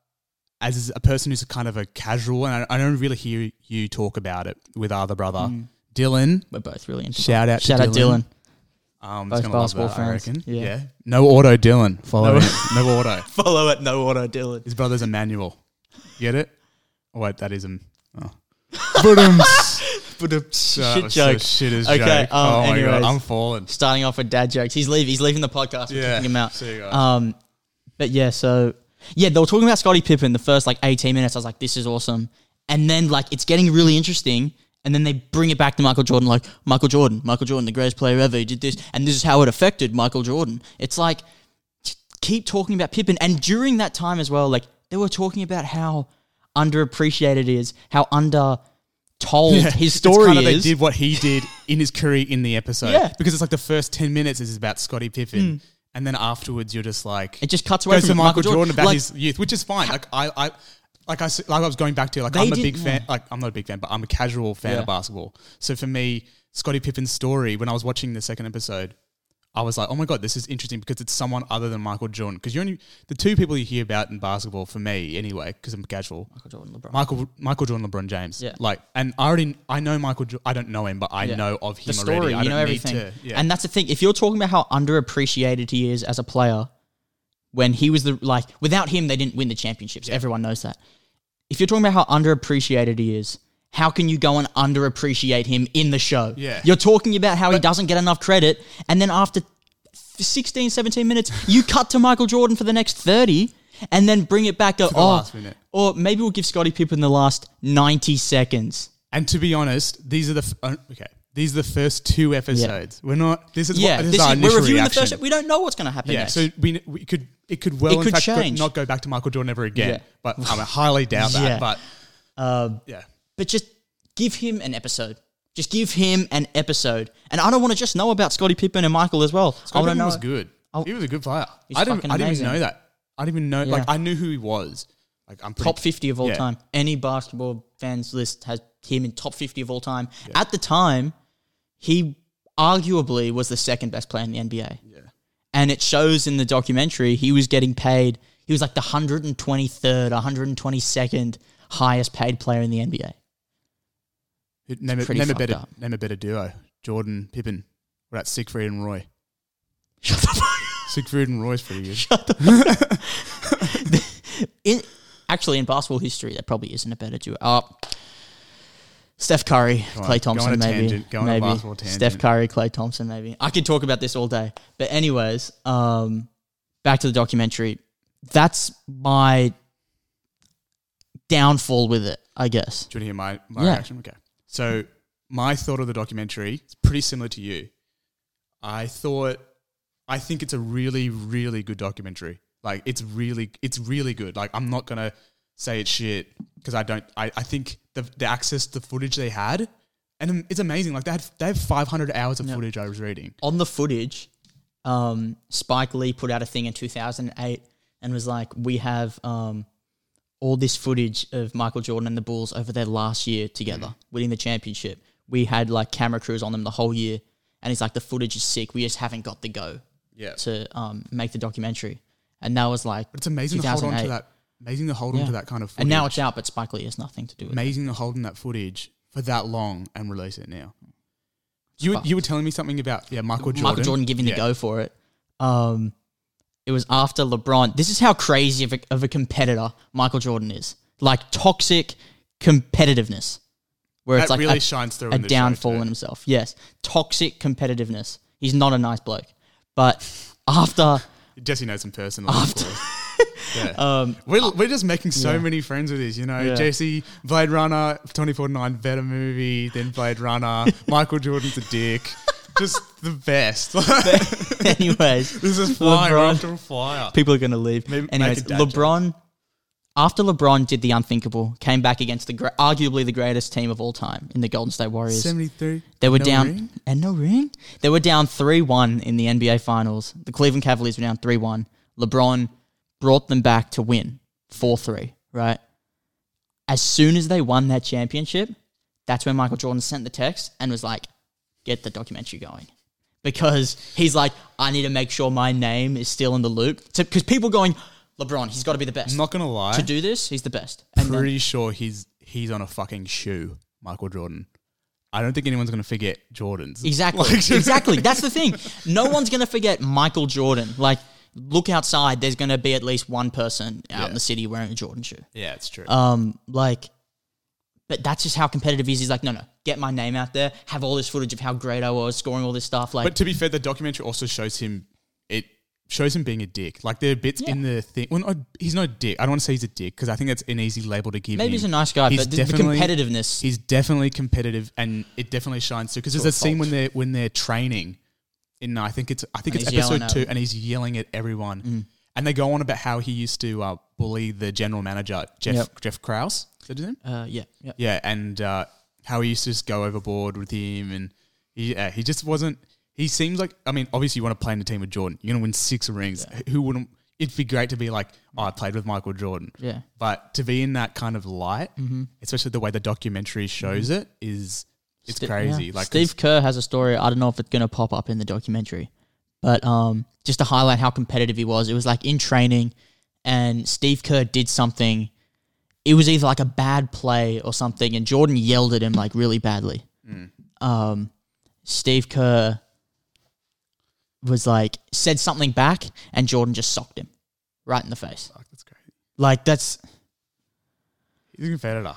[SPEAKER 1] as a person who's kind of a casual, and I, I don't really hear you talk about it with our other brother,
[SPEAKER 2] Mm.
[SPEAKER 1] Dylan.
[SPEAKER 2] We're both really into
[SPEAKER 1] Shout out,
[SPEAKER 2] Shout
[SPEAKER 1] to
[SPEAKER 2] out Dylan.
[SPEAKER 1] Um,
[SPEAKER 2] Both
[SPEAKER 1] just gonna love
[SPEAKER 2] basketball
[SPEAKER 1] that, I
[SPEAKER 2] fans.
[SPEAKER 1] reckon.
[SPEAKER 2] Yeah.
[SPEAKER 1] Yeah. No auto, Dylan. Follow
[SPEAKER 2] No-
[SPEAKER 1] it. No auto.
[SPEAKER 2] Follow at no auto Dylan.
[SPEAKER 1] His brother's Emmanuel. Get it? Oh, wait, that is him. Oh. Ba-dums. That
[SPEAKER 2] Shit
[SPEAKER 1] was so
[SPEAKER 2] joke.
[SPEAKER 1] shit as
[SPEAKER 2] Okay,
[SPEAKER 1] joke.
[SPEAKER 2] um,
[SPEAKER 1] oh my
[SPEAKER 2] anyways.
[SPEAKER 1] god, I'm falling.
[SPEAKER 2] Starting off with dad jokes. He's leaving. He's leaving the podcast. We're
[SPEAKER 1] Yeah.
[SPEAKER 2] kicking him out.
[SPEAKER 1] See you guys.
[SPEAKER 2] Um, but yeah, so yeah, they were talking about Scottie Pippen the first like 18 minutes. I was like, this is awesome. And then like it's getting really interesting. And then they bring it back to Michael Jordan, like Michael Jordan, Michael Jordan, the greatest player ever. He did this, and this is how it affected Michael Jordan. It's like just keep talking about Pippen. And during that time as well, like they were talking about how underappreciated he is, how under told his
[SPEAKER 1] It's
[SPEAKER 2] story
[SPEAKER 1] kinda
[SPEAKER 2] is.
[SPEAKER 1] They did what he did in his career in the episode.
[SPEAKER 2] Yeah. Hmm.
[SPEAKER 1] Because it's like the first 10 minutes is about Scottie Pippen. And then afterwards, you're just like.
[SPEAKER 2] it just cuts away
[SPEAKER 1] goes
[SPEAKER 2] from
[SPEAKER 1] to
[SPEAKER 2] it.
[SPEAKER 1] Michael Jordan, about
[SPEAKER 2] like,
[SPEAKER 1] his youth, which is fine. Like, I. I like I, s- like I was going back to, like,
[SPEAKER 2] They
[SPEAKER 1] I'm a
[SPEAKER 2] did-
[SPEAKER 1] big fan.
[SPEAKER 2] yeah.
[SPEAKER 1] Like, I'm not a big fan, but I'm a casual fan
[SPEAKER 2] Yeah.
[SPEAKER 1] of basketball. So for me, Scottie Pippen's story, when I was watching the second episode, I was like, oh my God, this is interesting because it's someone other than Michael Jordan. Because you're only, the two people you hear about in basketball, for me anyway, because I'm casual,
[SPEAKER 2] Michael Jordan, LeBron.
[SPEAKER 1] Michael Michael Jordan, LeBron James.
[SPEAKER 2] Yeah.
[SPEAKER 1] Like, and I already I know Michael. Jo- I don't know him, but I
[SPEAKER 2] Yeah.
[SPEAKER 1] know of him
[SPEAKER 2] the story.
[SPEAKER 1] already. I
[SPEAKER 2] you
[SPEAKER 1] don't
[SPEAKER 2] know everything.
[SPEAKER 1] Need to, yeah.
[SPEAKER 2] And that's the thing. If you're talking about how underappreciated he is as a player, when he was the like without him they didn't win the championships. Everyone knows that. If you're talking about how underappreciated he is, how can you go and underappreciate him in the show?
[SPEAKER 1] Yeah.
[SPEAKER 2] You're talking about how he doesn't get enough credit and then after 16 17 minutes you cut to Michael Jordan for the next 30 and then bring it back up.
[SPEAKER 1] the
[SPEAKER 2] Oh,
[SPEAKER 1] last minute.
[SPEAKER 2] or maybe we'll give Scottie Pippen the last 90 seconds.
[SPEAKER 1] And to be honest, these are the f- uh, okay. These are the first two episodes. We're not. This is
[SPEAKER 2] Yeah,
[SPEAKER 1] What, this,
[SPEAKER 2] this
[SPEAKER 1] is our
[SPEAKER 2] is, we're
[SPEAKER 1] initial
[SPEAKER 2] reviewing
[SPEAKER 1] reaction.
[SPEAKER 2] the first. We don't know what's going to happen
[SPEAKER 1] yeah.
[SPEAKER 2] next.
[SPEAKER 1] So we, we could it could well
[SPEAKER 2] It
[SPEAKER 1] in
[SPEAKER 2] could
[SPEAKER 1] fact go-
[SPEAKER 2] change.
[SPEAKER 1] not go back to Michael Jordan ever again.
[SPEAKER 2] Yeah.
[SPEAKER 1] But um, I highly doubt that.
[SPEAKER 2] Yeah. Uh,
[SPEAKER 1] But yeah,
[SPEAKER 2] but just give him an episode. Just give him an episode. And I don't want to just know about Scottie Pippen and Michael as well. I
[SPEAKER 1] Scottie Pippen
[SPEAKER 2] want to know.
[SPEAKER 1] was good. he was a good player.
[SPEAKER 2] He's
[SPEAKER 1] I didn't.
[SPEAKER 2] fucking
[SPEAKER 1] I didn't even
[SPEAKER 2] amazing.
[SPEAKER 1] know that. I didn't even know.
[SPEAKER 2] Yeah.
[SPEAKER 1] Like I knew who he was. Like I'm pretty
[SPEAKER 2] Top 50 of all
[SPEAKER 1] Yeah.
[SPEAKER 2] time. Any basketball fans list has him in top 50 of all time. At the time, he arguably was the second best player in the NBA. Yeah. And it shows in the documentary he was getting paid. He was like the 123rd, 122nd highest paid player in the NBA.
[SPEAKER 1] Name, a,
[SPEAKER 2] pretty
[SPEAKER 1] name a
[SPEAKER 2] fucked
[SPEAKER 1] better
[SPEAKER 2] up.
[SPEAKER 1] name a better duo. Jordan Pippen. What about Siegfried and Roy?
[SPEAKER 2] Shut the fuck up.
[SPEAKER 1] Siegfried and Roy's pretty good.
[SPEAKER 2] in actually in basketball history, there probably isn't a better duo. Uh, Steph Curry,
[SPEAKER 1] Go on,
[SPEAKER 2] Clay
[SPEAKER 1] go on a
[SPEAKER 2] Thompson, maybe.
[SPEAKER 1] tangent, go on a
[SPEAKER 2] maybe.
[SPEAKER 1] basketball tangent.
[SPEAKER 2] Steph Curry, Clay Thompson, maybe. I could talk about this all day. But anyways, um, back to the documentary. That's my downfall with it, I guess.
[SPEAKER 1] Do you want to hear my, my
[SPEAKER 2] Yeah.
[SPEAKER 1] reaction? Okay. So my thought of the documentary is pretty similar to you. I thought I think it's a really, really good documentary. Like it's really it's really good. Like I'm not gonna say it's shit because I don't I, I think the the access to the footage they had and it's amazing. Like they had they have five hundred hours of footage I was reading.
[SPEAKER 2] On the footage, um, Spike Lee put out a thing in 2008 and was like, "We have um, all this footage of Michael Jordan and the Bulls over their last year together, winning the championship. We had like camera crews on them the whole year, and he's like, the footage is sick. We just haven't got the go
[SPEAKER 1] Yeah.
[SPEAKER 2] to um, make the documentary." And that was like,
[SPEAKER 1] It's amazing to hold on
[SPEAKER 2] 2008.
[SPEAKER 1] to that amazing to hold on to that kind of footage.
[SPEAKER 2] and now it's out, but Spike Lee has nothing to do with it.
[SPEAKER 1] amazing to hold in that footage for that long and release it now. You were,
[SPEAKER 2] fucked.
[SPEAKER 1] you were telling me something about yeah Michael Jordan.
[SPEAKER 2] Michael Jordan giving
[SPEAKER 1] Yeah.
[SPEAKER 2] the go for it. Um, it was after LeBron. This is how crazy of a, of a competitor Michael Jordan is. Like toxic competitiveness, where
[SPEAKER 1] That
[SPEAKER 2] it's like
[SPEAKER 1] really
[SPEAKER 2] a,
[SPEAKER 1] shines through.
[SPEAKER 2] a
[SPEAKER 1] in this show
[SPEAKER 2] downfall
[SPEAKER 1] too.
[SPEAKER 2] in himself. Yes, toxic competitiveness. He's not a nice bloke. But after
[SPEAKER 1] Jesse knows him personally. of course. yeah. we're, we're just making so many friends with this, you know.
[SPEAKER 2] Um, Yeah.
[SPEAKER 1] Jesse, Blade Runner, 2049, better movie than Blade Runner. Michael Jordan's a dick. Just the best.
[SPEAKER 2] anyways,
[SPEAKER 1] this is fire
[SPEAKER 2] LeBron.
[SPEAKER 1] after fire.
[SPEAKER 2] people are going to leave.
[SPEAKER 1] Maybe make
[SPEAKER 2] Anyways,
[SPEAKER 1] a dad joke.
[SPEAKER 2] LeBron, after LeBron did the unthinkable, came back against the gre- arguably the greatest team of all time in the Golden State Warriors.
[SPEAKER 1] 73.
[SPEAKER 2] They were
[SPEAKER 1] No
[SPEAKER 2] down
[SPEAKER 1] ring?
[SPEAKER 2] and no ring. They were down three one in the NBA Finals. The Cleveland Cavaliers were down three one. LeBron brought them back to win four three. Right. As soon as they won that championship, that's when Michael Jordan sent the text and was like, "Get the documentary going." Because he's like, I need to make sure my name is still in the loop. Because people going, LeBron, he's got to be the best.
[SPEAKER 1] I'm not gonna lie.
[SPEAKER 2] to do this, he's the best. And then-
[SPEAKER 1] pretty sure he's he's on a fucking shoe, Michael Jordan. I don't think anyone's gonna forget Jordan's.
[SPEAKER 2] exactly. exactly. That's the thing. No one's going to forget Michael Jordan. Like, look outside, there's going to be at least one person out in
[SPEAKER 1] Yeah.
[SPEAKER 2] the city wearing a Jordan shoe.
[SPEAKER 1] Yeah, it's true.
[SPEAKER 2] Um, like, but that's just how competitive he is. He's like, no, no, get my name out there, have all this footage of how great I was, scoring all this stuff. Like,
[SPEAKER 1] But to be fair, the documentary also shows him it shows him being a dick. Like there are bits in the thing. Well, no, he's not a dick. I don't want to say he's a dick because I think that's an easy label to give.
[SPEAKER 2] maybe he's a
[SPEAKER 1] him.
[SPEAKER 2] nice guy,
[SPEAKER 1] He's
[SPEAKER 2] but the, the
[SPEAKER 1] definitely-
[SPEAKER 2] competitiveness.
[SPEAKER 1] He's definitely competitive, and it definitely shines through. Because there's
[SPEAKER 2] To
[SPEAKER 1] a
[SPEAKER 2] a
[SPEAKER 1] scene when
[SPEAKER 2] fault.
[SPEAKER 1] they're when they're training. In I think it's I think
[SPEAKER 2] And
[SPEAKER 1] it's
[SPEAKER 2] he's yelling
[SPEAKER 1] episode
[SPEAKER 2] at
[SPEAKER 1] two,
[SPEAKER 2] them. Mm.
[SPEAKER 1] and he's yelling at everyone, and they go on about how he used to uh, bully the general manager Jeff
[SPEAKER 2] Yep.
[SPEAKER 1] Jeff Kraus. Is that his name?
[SPEAKER 2] Uh, yeah, yeah.
[SPEAKER 1] Yeah, and uh, how he used to just go overboard with him, and he yeah, he just wasn't. He seems like I mean, obviously you want to play in the team with Jordan. You're gonna win six rings. Who wouldn't? It'd be great to be like, oh, I played with Michael Jordan.
[SPEAKER 2] Yeah. Mm-hmm.
[SPEAKER 1] But to be in that kind of light, especially the way the documentary shows it, is it's
[SPEAKER 2] Ste-
[SPEAKER 1] crazy.
[SPEAKER 2] Mm-hmm. yeah.
[SPEAKER 1] Like
[SPEAKER 2] Steve Kerr has a story. I don't know if it's going to pop up in the documentary, but um, just to highlight how competitive he was, it was like in training, and Steve Kerr did something. It was either like a bad play or something, and Jordan yelled at him like really badly.
[SPEAKER 1] Mm.
[SPEAKER 2] Um, Steve Kerr was like said something back, and Jordan just socked him right in the face.
[SPEAKER 1] fuck, that's crazy.
[SPEAKER 2] Like that's
[SPEAKER 1] He's a competitor.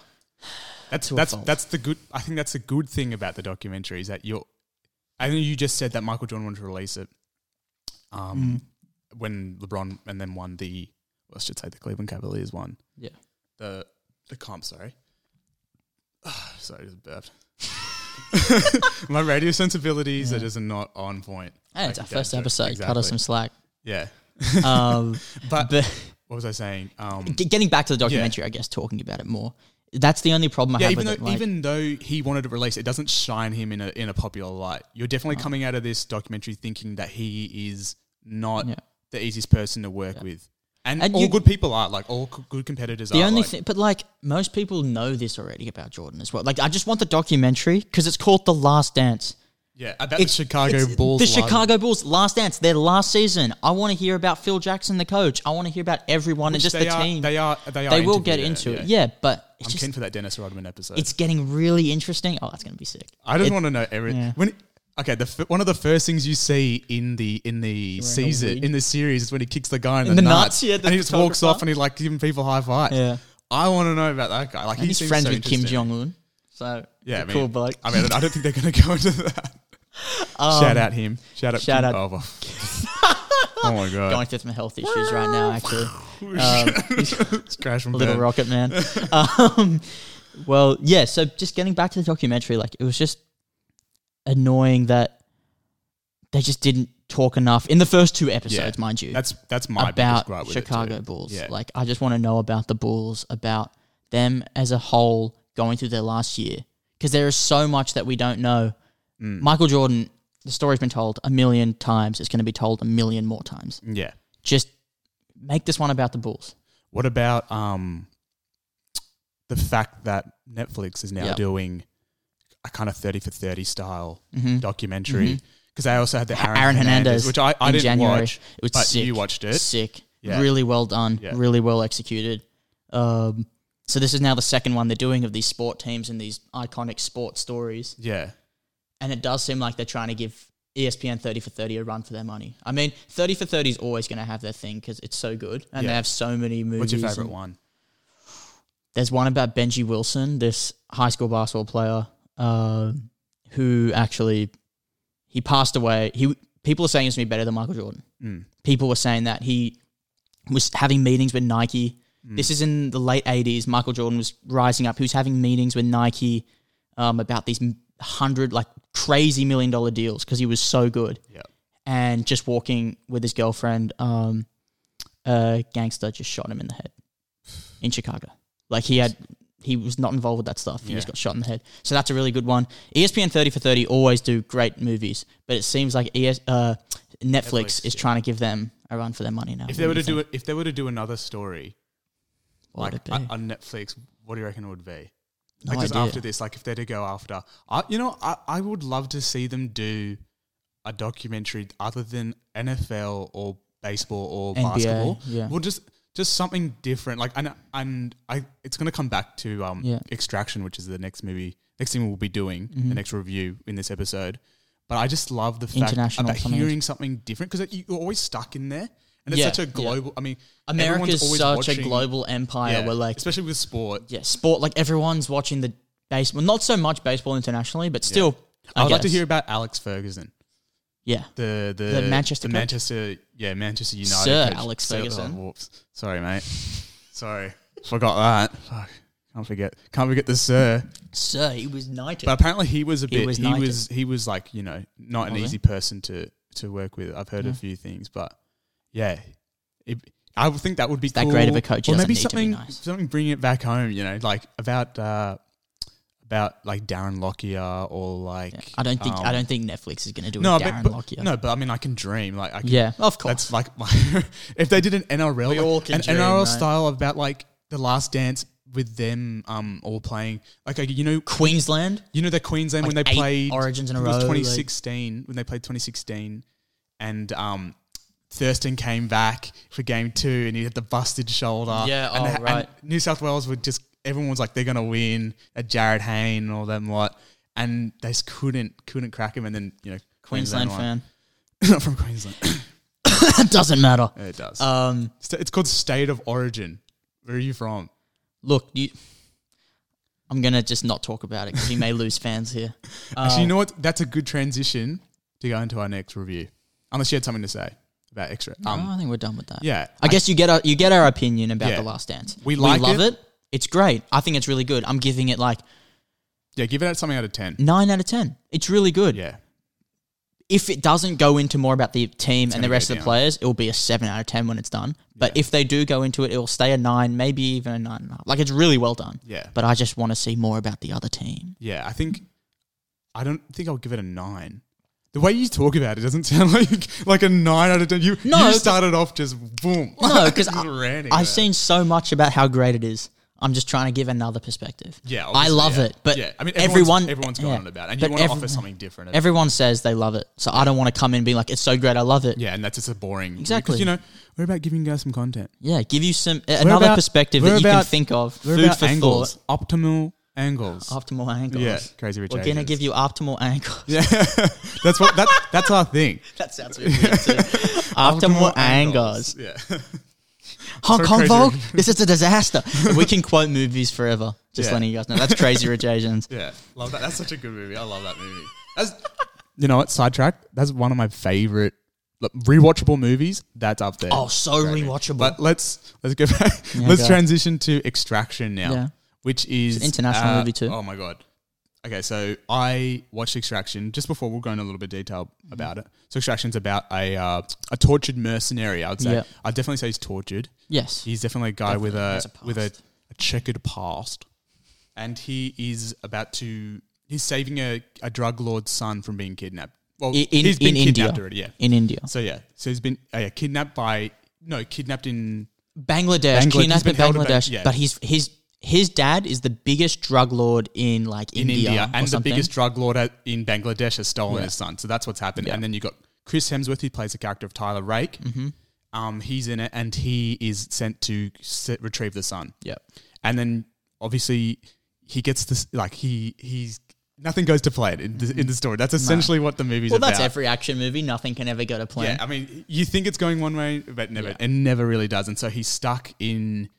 [SPEAKER 1] That's
[SPEAKER 2] To a
[SPEAKER 1] that's
[SPEAKER 2] fault.
[SPEAKER 1] that's the good. I think that's the good thing about the documentary is that you're. I think you just said that Michael Jordan wanted to release it, um,
[SPEAKER 2] Mm.
[SPEAKER 1] when LeBron and then won the. well, I should say the Cleveland Cavaliers won
[SPEAKER 2] yeah.
[SPEAKER 1] the the comp. Sorry, sorry, just burped. My radio sensibilities are just not on point.
[SPEAKER 2] And it's our
[SPEAKER 1] Like you
[SPEAKER 2] first
[SPEAKER 1] don't-
[SPEAKER 2] episode. Cut us
[SPEAKER 1] exactly.
[SPEAKER 2] some slack.
[SPEAKER 1] Yeah,
[SPEAKER 2] Um,
[SPEAKER 1] but,
[SPEAKER 2] but
[SPEAKER 1] what was I saying? Um,
[SPEAKER 2] G- getting back to the documentary, I guess talking about it more. That's the only problem I
[SPEAKER 1] Yeah,
[SPEAKER 2] have
[SPEAKER 1] even
[SPEAKER 2] with
[SPEAKER 1] though
[SPEAKER 2] it. Like,
[SPEAKER 1] even though he wanted to release, it doesn't shine him in a in a popular light. You're definitely coming out of this documentary thinking that he is not
[SPEAKER 2] Yeah.
[SPEAKER 1] the easiest person to work with, and,
[SPEAKER 2] And
[SPEAKER 1] all
[SPEAKER 2] you-
[SPEAKER 1] good people are like all co- good competitors
[SPEAKER 2] the
[SPEAKER 1] are.
[SPEAKER 2] only
[SPEAKER 1] like,
[SPEAKER 2] thing, but like most people know this already about Jordan as well. Like, I just want the documentary because it's called The Last Dance.
[SPEAKER 1] yeah, about the Chicago
[SPEAKER 2] It's
[SPEAKER 1] Bulls,
[SPEAKER 2] The
[SPEAKER 1] line.
[SPEAKER 2] Chicago Bulls Last Dance, their last season. I want to hear about Phil Jackson, the coach. I want to hear about everyone
[SPEAKER 1] Which
[SPEAKER 2] and just
[SPEAKER 1] they
[SPEAKER 2] the
[SPEAKER 1] are,
[SPEAKER 2] team. They,
[SPEAKER 1] They are. They, are
[SPEAKER 2] will get
[SPEAKER 1] interviewed,
[SPEAKER 2] into it, yeah. But it's
[SPEAKER 1] I'm
[SPEAKER 2] just
[SPEAKER 1] keen for that Dennis Rodman episode.
[SPEAKER 2] it's getting really interesting. Oh, that's gonna be sick.
[SPEAKER 1] I just want to know everything.
[SPEAKER 2] yeah.
[SPEAKER 1] When okay, the f- one of the first things you see in the in the season
[SPEAKER 2] wig.
[SPEAKER 1] in the series is when he kicks the guy in,
[SPEAKER 2] In
[SPEAKER 1] the,
[SPEAKER 2] the
[SPEAKER 1] nuts,
[SPEAKER 2] nuts, yeah, the
[SPEAKER 1] and he just walks
[SPEAKER 2] photographer.
[SPEAKER 1] off and he like giving people high five.
[SPEAKER 2] Yeah.
[SPEAKER 1] I want to know about that guy. Like he
[SPEAKER 2] He's
[SPEAKER 1] seems
[SPEAKER 2] friends
[SPEAKER 1] so
[SPEAKER 2] with Kim
[SPEAKER 1] interesting.
[SPEAKER 2] Jong Un, so
[SPEAKER 1] Yeah, I
[SPEAKER 2] yeah,
[SPEAKER 1] mean,
[SPEAKER 2] cool bloke.
[SPEAKER 1] I mean, I don't think they're going to go into that. shout out him. Shout out.
[SPEAKER 2] Um, shout
[SPEAKER 1] Kim-
[SPEAKER 2] out-
[SPEAKER 1] Oh, well. oh my
[SPEAKER 2] Going
[SPEAKER 1] god.
[SPEAKER 2] through some health issues right now, actually.
[SPEAKER 1] It's crash and
[SPEAKER 2] Little
[SPEAKER 1] burn.
[SPEAKER 2] Rocket Man. um, well, yeah. So just getting back to the documentary, like it was just annoying that they just didn't talk enough in the first two episodes, mind you,
[SPEAKER 1] That's that's my biggest
[SPEAKER 2] about
[SPEAKER 1] gripe with it too.
[SPEAKER 2] Chicago Bulls.
[SPEAKER 1] Yeah.
[SPEAKER 2] Like I just want to know about the Bulls, about them as a whole going through their last year, because there is so much that we don't know.
[SPEAKER 1] Mm.
[SPEAKER 2] Michael Jordan, the story's been told a million times. It's going to be told a million more times.
[SPEAKER 1] Yeah.
[SPEAKER 2] Just make this one about the Bulls.
[SPEAKER 1] What about um the fact that Netflix is now
[SPEAKER 2] Yeah.
[SPEAKER 1] doing a kind of thirty for thirty style
[SPEAKER 2] Mhm.
[SPEAKER 1] documentary? Because they also had the Aaron,
[SPEAKER 2] Aaron
[SPEAKER 1] Hernandez,
[SPEAKER 2] Hernandez
[SPEAKER 1] which I, I
[SPEAKER 2] in
[SPEAKER 1] didn't
[SPEAKER 2] January.
[SPEAKER 1] watch,
[SPEAKER 2] It was
[SPEAKER 1] but
[SPEAKER 2] sick.
[SPEAKER 1] you watched it.
[SPEAKER 2] Sick.
[SPEAKER 1] Yeah.
[SPEAKER 2] Really well done.
[SPEAKER 1] Yeah.
[SPEAKER 2] Really well executed. Um, so this is now the second one they're doing of these sport teams and these iconic sport stories.
[SPEAKER 1] Yeah,
[SPEAKER 2] And it does seem like they're trying to give E ESPN 30 for 30 a run for their money. I mean, 30 for 30 is always going to have their thing because it's so good. And
[SPEAKER 1] Yeah.
[SPEAKER 2] they have so many movies.
[SPEAKER 1] what's your favorite
[SPEAKER 2] and-
[SPEAKER 1] one?
[SPEAKER 2] There's one about Benji Wilson, this high school basketball player uh, who actually, he passed away. He People are saying he's going to be better than Michael Jordan
[SPEAKER 1] Mm.
[SPEAKER 2] people were saying that he was having meetings with Nike. This is in the late 80s. Michael Jordan was rising up. He was having meetings with Nike um, about these m- hundred, like crazy million dollar deals because he was so good.
[SPEAKER 1] Yeah.
[SPEAKER 2] And just walking with his girlfriend, um, a gangster just shot him in the head in Chicago. Like he had, he was not involved with that stuff. He just
[SPEAKER 1] Yeah.
[SPEAKER 2] got shot in the head. So that's a really good one. E ESPN 30 for 30 always do great movies, but it seems like ES, uh, Netflix,
[SPEAKER 1] Netflix,
[SPEAKER 2] is
[SPEAKER 1] yeah.
[SPEAKER 2] trying to give them a run for their money now.
[SPEAKER 1] If they were to do it, if they were to do another story
[SPEAKER 2] what
[SPEAKER 1] like
[SPEAKER 2] would it be?
[SPEAKER 1] on on Netflix, what do you reckon it would be?
[SPEAKER 2] No
[SPEAKER 1] like just
[SPEAKER 2] idea.
[SPEAKER 1] after this, like if they're to go after, I, you know, I, I would love to see them do a documentary other than NFL or baseball or
[SPEAKER 2] NBA,
[SPEAKER 1] basketball.
[SPEAKER 2] yeah.
[SPEAKER 1] Well, just just something different. Like and and I, it's gonna come back to um
[SPEAKER 2] Yeah. Mm-hmm.
[SPEAKER 1] Extraction, which is the next movie, next thing we'll be doing, the next review in this episode. But I just love the fact
[SPEAKER 2] International
[SPEAKER 1] about
[SPEAKER 2] something.
[SPEAKER 1] hearing something different because you're always stuck in there, and it's
[SPEAKER 2] Yeah,
[SPEAKER 1] such a
[SPEAKER 2] yeah.
[SPEAKER 1] global. I mean, everyone's
[SPEAKER 2] America's
[SPEAKER 1] always
[SPEAKER 2] such a
[SPEAKER 1] watching-
[SPEAKER 2] global empire.
[SPEAKER 1] yeah,
[SPEAKER 2] We're like,
[SPEAKER 1] especially with sport.
[SPEAKER 2] yeah, sport. Like everyone's watching the baseball. Not so much baseball internationally, but still. I
[SPEAKER 1] I would like to
[SPEAKER 2] guess.
[SPEAKER 1] hear about Alex Ferguson,
[SPEAKER 2] Yeah,
[SPEAKER 1] the the,
[SPEAKER 2] The Manchester
[SPEAKER 1] the
[SPEAKER 2] coach?
[SPEAKER 1] Manchester, yeah, Manchester United.
[SPEAKER 2] Sir
[SPEAKER 1] coach.
[SPEAKER 2] Alex
[SPEAKER 1] Sir- oh,
[SPEAKER 2] Ferguson.
[SPEAKER 1] whoops. Sorry, mate. Sorry, forgot that. Fuck. Can't forget. Can't forget the sir.
[SPEAKER 2] sir, he was knighted.
[SPEAKER 1] But apparently he was a bit. He was
[SPEAKER 2] was
[SPEAKER 1] he
[SPEAKER 2] knighted.
[SPEAKER 1] was, like you know not an
[SPEAKER 2] Was he?
[SPEAKER 1] easy person to to work with. I've heard a
[SPEAKER 2] Yeah.
[SPEAKER 1] few things, but yeah, it, I would think that would be
[SPEAKER 2] that
[SPEAKER 1] cool.
[SPEAKER 2] great of a coach, he
[SPEAKER 1] Or
[SPEAKER 2] doesn't
[SPEAKER 1] maybe
[SPEAKER 2] need to be
[SPEAKER 1] something
[SPEAKER 2] nice.
[SPEAKER 1] something bringing it back home. You know, like about uh about like Darren Lockyer or like
[SPEAKER 2] I don't think
[SPEAKER 1] um,
[SPEAKER 2] I don't think Netflix is going to do
[SPEAKER 1] no,
[SPEAKER 2] a
[SPEAKER 1] but,
[SPEAKER 2] Darren
[SPEAKER 1] but-
[SPEAKER 2] Lockyer.
[SPEAKER 1] no, but I mean I can dream like I can,
[SPEAKER 2] yeah, of course.
[SPEAKER 1] That's like my if they did an NRL, like,
[SPEAKER 2] all can
[SPEAKER 1] an
[SPEAKER 2] dream,
[SPEAKER 1] NRL
[SPEAKER 2] right?
[SPEAKER 1] style about like the Last Dance with them um all playing like uh, you know
[SPEAKER 2] Queensland.
[SPEAKER 1] you know the Queensland when
[SPEAKER 2] Like
[SPEAKER 1] they
[SPEAKER 2] eight
[SPEAKER 1] played
[SPEAKER 2] Origins in
[SPEAKER 1] I
[SPEAKER 2] a
[SPEAKER 1] think It was
[SPEAKER 2] row, like-
[SPEAKER 1] 2016 when they played 2016, and um, Thurston came back for game two, and he had the busted shoulder.
[SPEAKER 2] Yeah,
[SPEAKER 1] and
[SPEAKER 2] oh,
[SPEAKER 1] and
[SPEAKER 2] right.
[SPEAKER 1] New South Wales were just everyone was like they're gonna win at Jared Hayne and all them lot, and they just couldn't couldn't crack him. And then you know
[SPEAKER 2] Queensland,
[SPEAKER 1] won.
[SPEAKER 2] fan.
[SPEAKER 1] not from Queensland.
[SPEAKER 2] That doesn't matter.
[SPEAKER 1] it does.
[SPEAKER 2] Um,
[SPEAKER 1] Sta- it's called State of Origin. Where are you from?
[SPEAKER 2] look, you. I'm gonna just not talk about it because we may lose fans here. uh,
[SPEAKER 1] Actually, you know what? That's a good transition to go into our next review. Unless you had something to say about extra. Um,
[SPEAKER 2] No, Oh, I think we're done with that.
[SPEAKER 1] yeah.
[SPEAKER 2] I guess you get our you get our opinion about
[SPEAKER 1] Yeah.
[SPEAKER 2] the Last Dance.
[SPEAKER 1] We like
[SPEAKER 2] love
[SPEAKER 1] it.
[SPEAKER 2] it. It's great. I think it's really good. I'm giving it like
[SPEAKER 1] Yeah, give it out something out of ten.
[SPEAKER 2] nine out of ten. It's really good.
[SPEAKER 1] Yeah,
[SPEAKER 2] If it doesn't go into more about the team and
[SPEAKER 1] gonna
[SPEAKER 2] the
[SPEAKER 1] go
[SPEAKER 2] rest of the
[SPEAKER 1] down.
[SPEAKER 2] players, it'll be a seven out of ten when it's done. But if they do go into it, it'll stay a nine, maybe even a nine and a half. Like it's really well done.
[SPEAKER 1] yeah,
[SPEAKER 2] But I just want to see more about the other team.
[SPEAKER 1] yeah. I think I don't think I'll give it a nine. The way you talk about it doesn't sound like like a nine out of ten. You
[SPEAKER 2] No,
[SPEAKER 1] you
[SPEAKER 2] c-
[SPEAKER 1] started off just boom.
[SPEAKER 2] No, 'cause
[SPEAKER 1] Just
[SPEAKER 2] I-
[SPEAKER 1] ranting about
[SPEAKER 2] I've
[SPEAKER 1] it.
[SPEAKER 2] seen so much about how great it is. I'm just trying to give another perspective.
[SPEAKER 1] Yeah,
[SPEAKER 2] I
[SPEAKER 1] obviously,
[SPEAKER 2] love
[SPEAKER 1] yeah.
[SPEAKER 2] it. But
[SPEAKER 1] yeah, I mean,
[SPEAKER 2] everyone,
[SPEAKER 1] everyone, everyone's going
[SPEAKER 2] yeah.
[SPEAKER 1] on about, it, and you
[SPEAKER 2] But
[SPEAKER 1] want to
[SPEAKER 2] every-
[SPEAKER 1] offer something different.
[SPEAKER 2] Everyone says they love it, so I don't want to come in and be like, "It's so great, I love it."
[SPEAKER 1] yeah, and that's just a boring.
[SPEAKER 2] Exactly.
[SPEAKER 1] Because, you know, we're about giving you guys some content.
[SPEAKER 2] Yeah, give you some another
[SPEAKER 1] about-
[SPEAKER 2] perspective
[SPEAKER 1] we're
[SPEAKER 2] that you can
[SPEAKER 1] about-
[SPEAKER 2] think of.
[SPEAKER 1] We're
[SPEAKER 2] Food
[SPEAKER 1] about
[SPEAKER 2] for
[SPEAKER 1] angles,
[SPEAKER 2] thought.
[SPEAKER 1] optimal angles.
[SPEAKER 2] Optimal angles.
[SPEAKER 1] yeah, crazy rich.
[SPEAKER 2] We're gonna
[SPEAKER 1] Asians.
[SPEAKER 2] give you optimal angles.
[SPEAKER 1] Yeah, that's what that that's our thing.
[SPEAKER 2] that sounds weird too. optimal angles.
[SPEAKER 1] Yeah.
[SPEAKER 2] Hong
[SPEAKER 1] So
[SPEAKER 2] Kong
[SPEAKER 1] crazy
[SPEAKER 2] Vogue,
[SPEAKER 1] rich-
[SPEAKER 2] this is a disaster. we can quote movies forever. Just
[SPEAKER 1] Yeah.
[SPEAKER 2] letting you guys know. That's crazy rich Asians.
[SPEAKER 1] Yeah, love that. That's such a good movie. I love that movie. That's you know what? Sidetrack. That's one of my favorite like, rewatchable movies. That's up there.
[SPEAKER 2] Oh, so rewatchable.
[SPEAKER 1] But let's let's go back. let's
[SPEAKER 2] go.
[SPEAKER 1] transition to Extraction now,
[SPEAKER 2] Yeah.
[SPEAKER 1] which is
[SPEAKER 2] an international movie too.
[SPEAKER 1] Oh my god. Okay, so I watched Extraction just before we'll go into a little bit of detail
[SPEAKER 2] Mm-hmm.
[SPEAKER 1] about it. So Extraction's about a uh, a tortured mercenary. I would say
[SPEAKER 2] Yeah.
[SPEAKER 1] I'd definitely say he's tortured.
[SPEAKER 2] yes.
[SPEAKER 1] He's definitely a guy with a,
[SPEAKER 2] has a
[SPEAKER 1] with a,
[SPEAKER 2] past.
[SPEAKER 1] a checkered past, and he is about to he's saving a, a drug lord's son from being kidnapped. Well,
[SPEAKER 2] I- in-
[SPEAKER 1] he's been
[SPEAKER 2] in
[SPEAKER 1] kidnapped
[SPEAKER 2] India.
[SPEAKER 1] already. Yeah.
[SPEAKER 2] In India.
[SPEAKER 1] So yeah, so he's been uh, yeah, kidnapped by no kidnapped in
[SPEAKER 2] Bangladesh,
[SPEAKER 1] Bangla- he's
[SPEAKER 2] kidnapped in
[SPEAKER 1] been held in Bang-
[SPEAKER 2] Bangladesh.
[SPEAKER 1] yeah.
[SPEAKER 2] But he's his his dad is the biggest drug lord in like
[SPEAKER 1] in India,
[SPEAKER 2] or
[SPEAKER 1] and the
[SPEAKER 2] something.
[SPEAKER 1] biggest drug lord at, in Bangladesh has stolen
[SPEAKER 2] Yeah.
[SPEAKER 1] his son. So that's what's happened.
[SPEAKER 2] Yeah. Mm-hmm.
[SPEAKER 1] And then you got Chris Hemsworth, who plays the character of Tyler Rake. Um, he's in it, and he is sent to s retrieve the son.
[SPEAKER 2] Yep.
[SPEAKER 1] and then obviously he gets this like he he's nothing goes to plan in the, in the story. That's essentially what the movie's
[SPEAKER 2] Well,
[SPEAKER 1] about.
[SPEAKER 2] that's every action movie. Nothing can ever go to plan.
[SPEAKER 1] yeah, I mean, you think it's going one way, but never,
[SPEAKER 2] Yeah.
[SPEAKER 1] it never really does. And so he's stuck in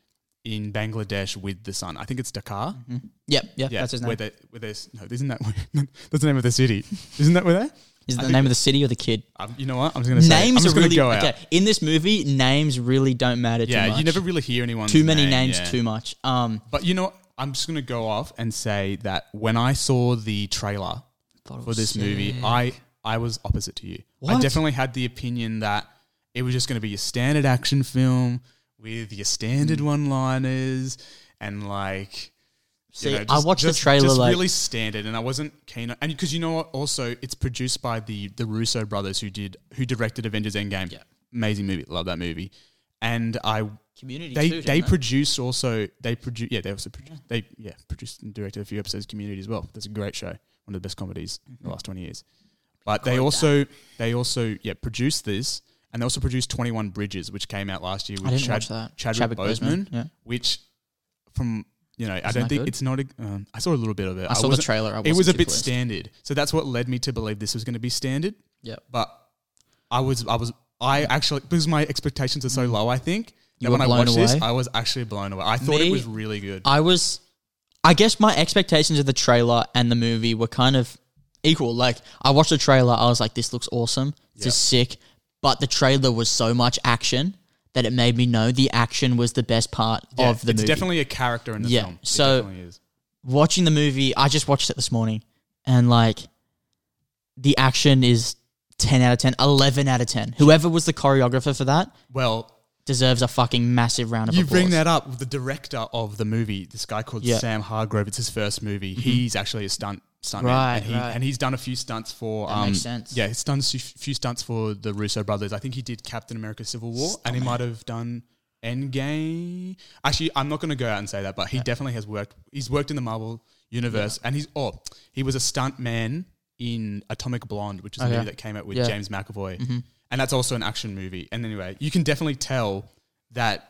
[SPEAKER 1] in Bangladesh with the sun. I think it's Dakar.
[SPEAKER 2] Yep, yep,
[SPEAKER 1] Yeah,
[SPEAKER 2] Mm-hmm. that's his
[SPEAKER 1] Where
[SPEAKER 2] name.
[SPEAKER 1] they, where there's no, isn't that where, that's the name of the city? Isn't that where they?
[SPEAKER 2] Is it
[SPEAKER 1] I
[SPEAKER 2] the
[SPEAKER 1] think
[SPEAKER 2] name of the city or the kid?
[SPEAKER 1] Um, you know what? I'm just gonna say. it. I'm
[SPEAKER 2] names
[SPEAKER 1] just
[SPEAKER 2] are
[SPEAKER 1] gonna
[SPEAKER 2] really
[SPEAKER 1] go out.
[SPEAKER 2] okay. In this movie, names really don't matter too
[SPEAKER 1] Yeah,
[SPEAKER 2] much.
[SPEAKER 1] you never really hear anyone.
[SPEAKER 2] too many names
[SPEAKER 1] yeah.
[SPEAKER 2] too much. Um,
[SPEAKER 1] But you know, what? I'm just gonna go off and say that when I saw the trailer
[SPEAKER 2] thought it
[SPEAKER 1] for
[SPEAKER 2] was
[SPEAKER 1] this
[SPEAKER 2] sick.
[SPEAKER 1] movie, I I was opposite to you. I
[SPEAKER 2] What?
[SPEAKER 1] definitely had the opinion that it was just going to be your standard action film with your standard
[SPEAKER 2] Mm.
[SPEAKER 1] one-liners and like you
[SPEAKER 2] See,
[SPEAKER 1] know,
[SPEAKER 2] I
[SPEAKER 1] just-
[SPEAKER 2] watched
[SPEAKER 1] just-
[SPEAKER 2] the trailer
[SPEAKER 1] just
[SPEAKER 2] like
[SPEAKER 1] really standard, and I wasn't keen on. And because you know what, also it's produced by the the Russo brothers who did who directed Avengers Endgame.
[SPEAKER 2] Yeah.
[SPEAKER 1] amazing movie, love that movie. And I
[SPEAKER 2] Community.
[SPEAKER 1] they
[SPEAKER 2] too, didn't
[SPEAKER 1] they produced also they produce yeah they also produced they yeah produced and directed a few episodes of Community as well. That's a great show, one of the best comedies in the last twenty years. But they
[SPEAKER 2] Quote
[SPEAKER 1] also they also yeah produced this And they also produced 21 Bridges, which came out last year
[SPEAKER 2] I
[SPEAKER 1] with
[SPEAKER 2] didn't
[SPEAKER 1] Chad,
[SPEAKER 2] watch that.
[SPEAKER 1] Chadwick, Boseman,
[SPEAKER 2] Yeah.
[SPEAKER 1] which from, you know, I
[SPEAKER 2] Isn't
[SPEAKER 1] don't
[SPEAKER 2] that
[SPEAKER 1] think
[SPEAKER 2] good?
[SPEAKER 1] it's not, a, um, I saw a little bit of it.
[SPEAKER 2] I saw the
[SPEAKER 1] wasn't-
[SPEAKER 2] trailer. I
[SPEAKER 1] it was a
[SPEAKER 2] wasn't too
[SPEAKER 1] bit
[SPEAKER 2] pleased.
[SPEAKER 1] standard. So that's what led me to believe this was going to be standard.
[SPEAKER 2] Yep.
[SPEAKER 1] But I was, I was, I actually, because my expectations are so low, I think,
[SPEAKER 2] Mm. You
[SPEAKER 1] that
[SPEAKER 2] were
[SPEAKER 1] when I
[SPEAKER 2] blown
[SPEAKER 1] watched this,
[SPEAKER 2] away?
[SPEAKER 1] I was actually blown away. I thought
[SPEAKER 2] Me-
[SPEAKER 1] it was really good.
[SPEAKER 2] I was, I guess my expectations of the trailer and the movie were kind of equal. Like I watched the trailer, I was like, "This looks awesome, this is sick," but the trailer was so much action that it made me know the action was the best part
[SPEAKER 1] Yeah,
[SPEAKER 2] of the
[SPEAKER 1] it's
[SPEAKER 2] movie.
[SPEAKER 1] definitely a character in the
[SPEAKER 2] Yeah,
[SPEAKER 1] film. It
[SPEAKER 2] so-
[SPEAKER 1] definitely is.
[SPEAKER 2] Watching the movie, I just watched it this morning, and like, the action is. 10 out of 10, 11 out of 10. Whoever was the choreographer for that
[SPEAKER 1] Well,
[SPEAKER 2] deserves a fucking massive round of
[SPEAKER 1] you
[SPEAKER 2] applause.
[SPEAKER 1] bring that up. The director of the movie, this guy called
[SPEAKER 2] Yeah. Mm-hmm.
[SPEAKER 1] Sam Hargrove, it's his first movie. He's actually a stunt stuntman,
[SPEAKER 2] Right,
[SPEAKER 1] and, he,
[SPEAKER 2] right.
[SPEAKER 1] and he's done a few stunts for.
[SPEAKER 2] That
[SPEAKER 1] um,
[SPEAKER 2] makes sense.
[SPEAKER 1] Yeah, he's done a few stunts for the Russo brothers. I think he did Captain America: Civil War, and he might have done. Endgame. Actually, I'm not going to go out and say that, but he definitely has worked. He's worked in the Marvel universe, and he's oh, he was a stunt man in Atomic Blonde, which is a
[SPEAKER 2] Okay.
[SPEAKER 1] movie that came out with
[SPEAKER 2] Oh, Yeah. Mm-hmm.
[SPEAKER 1] James McAvoy, and that's also an action movie. And anyway, you can definitely tell that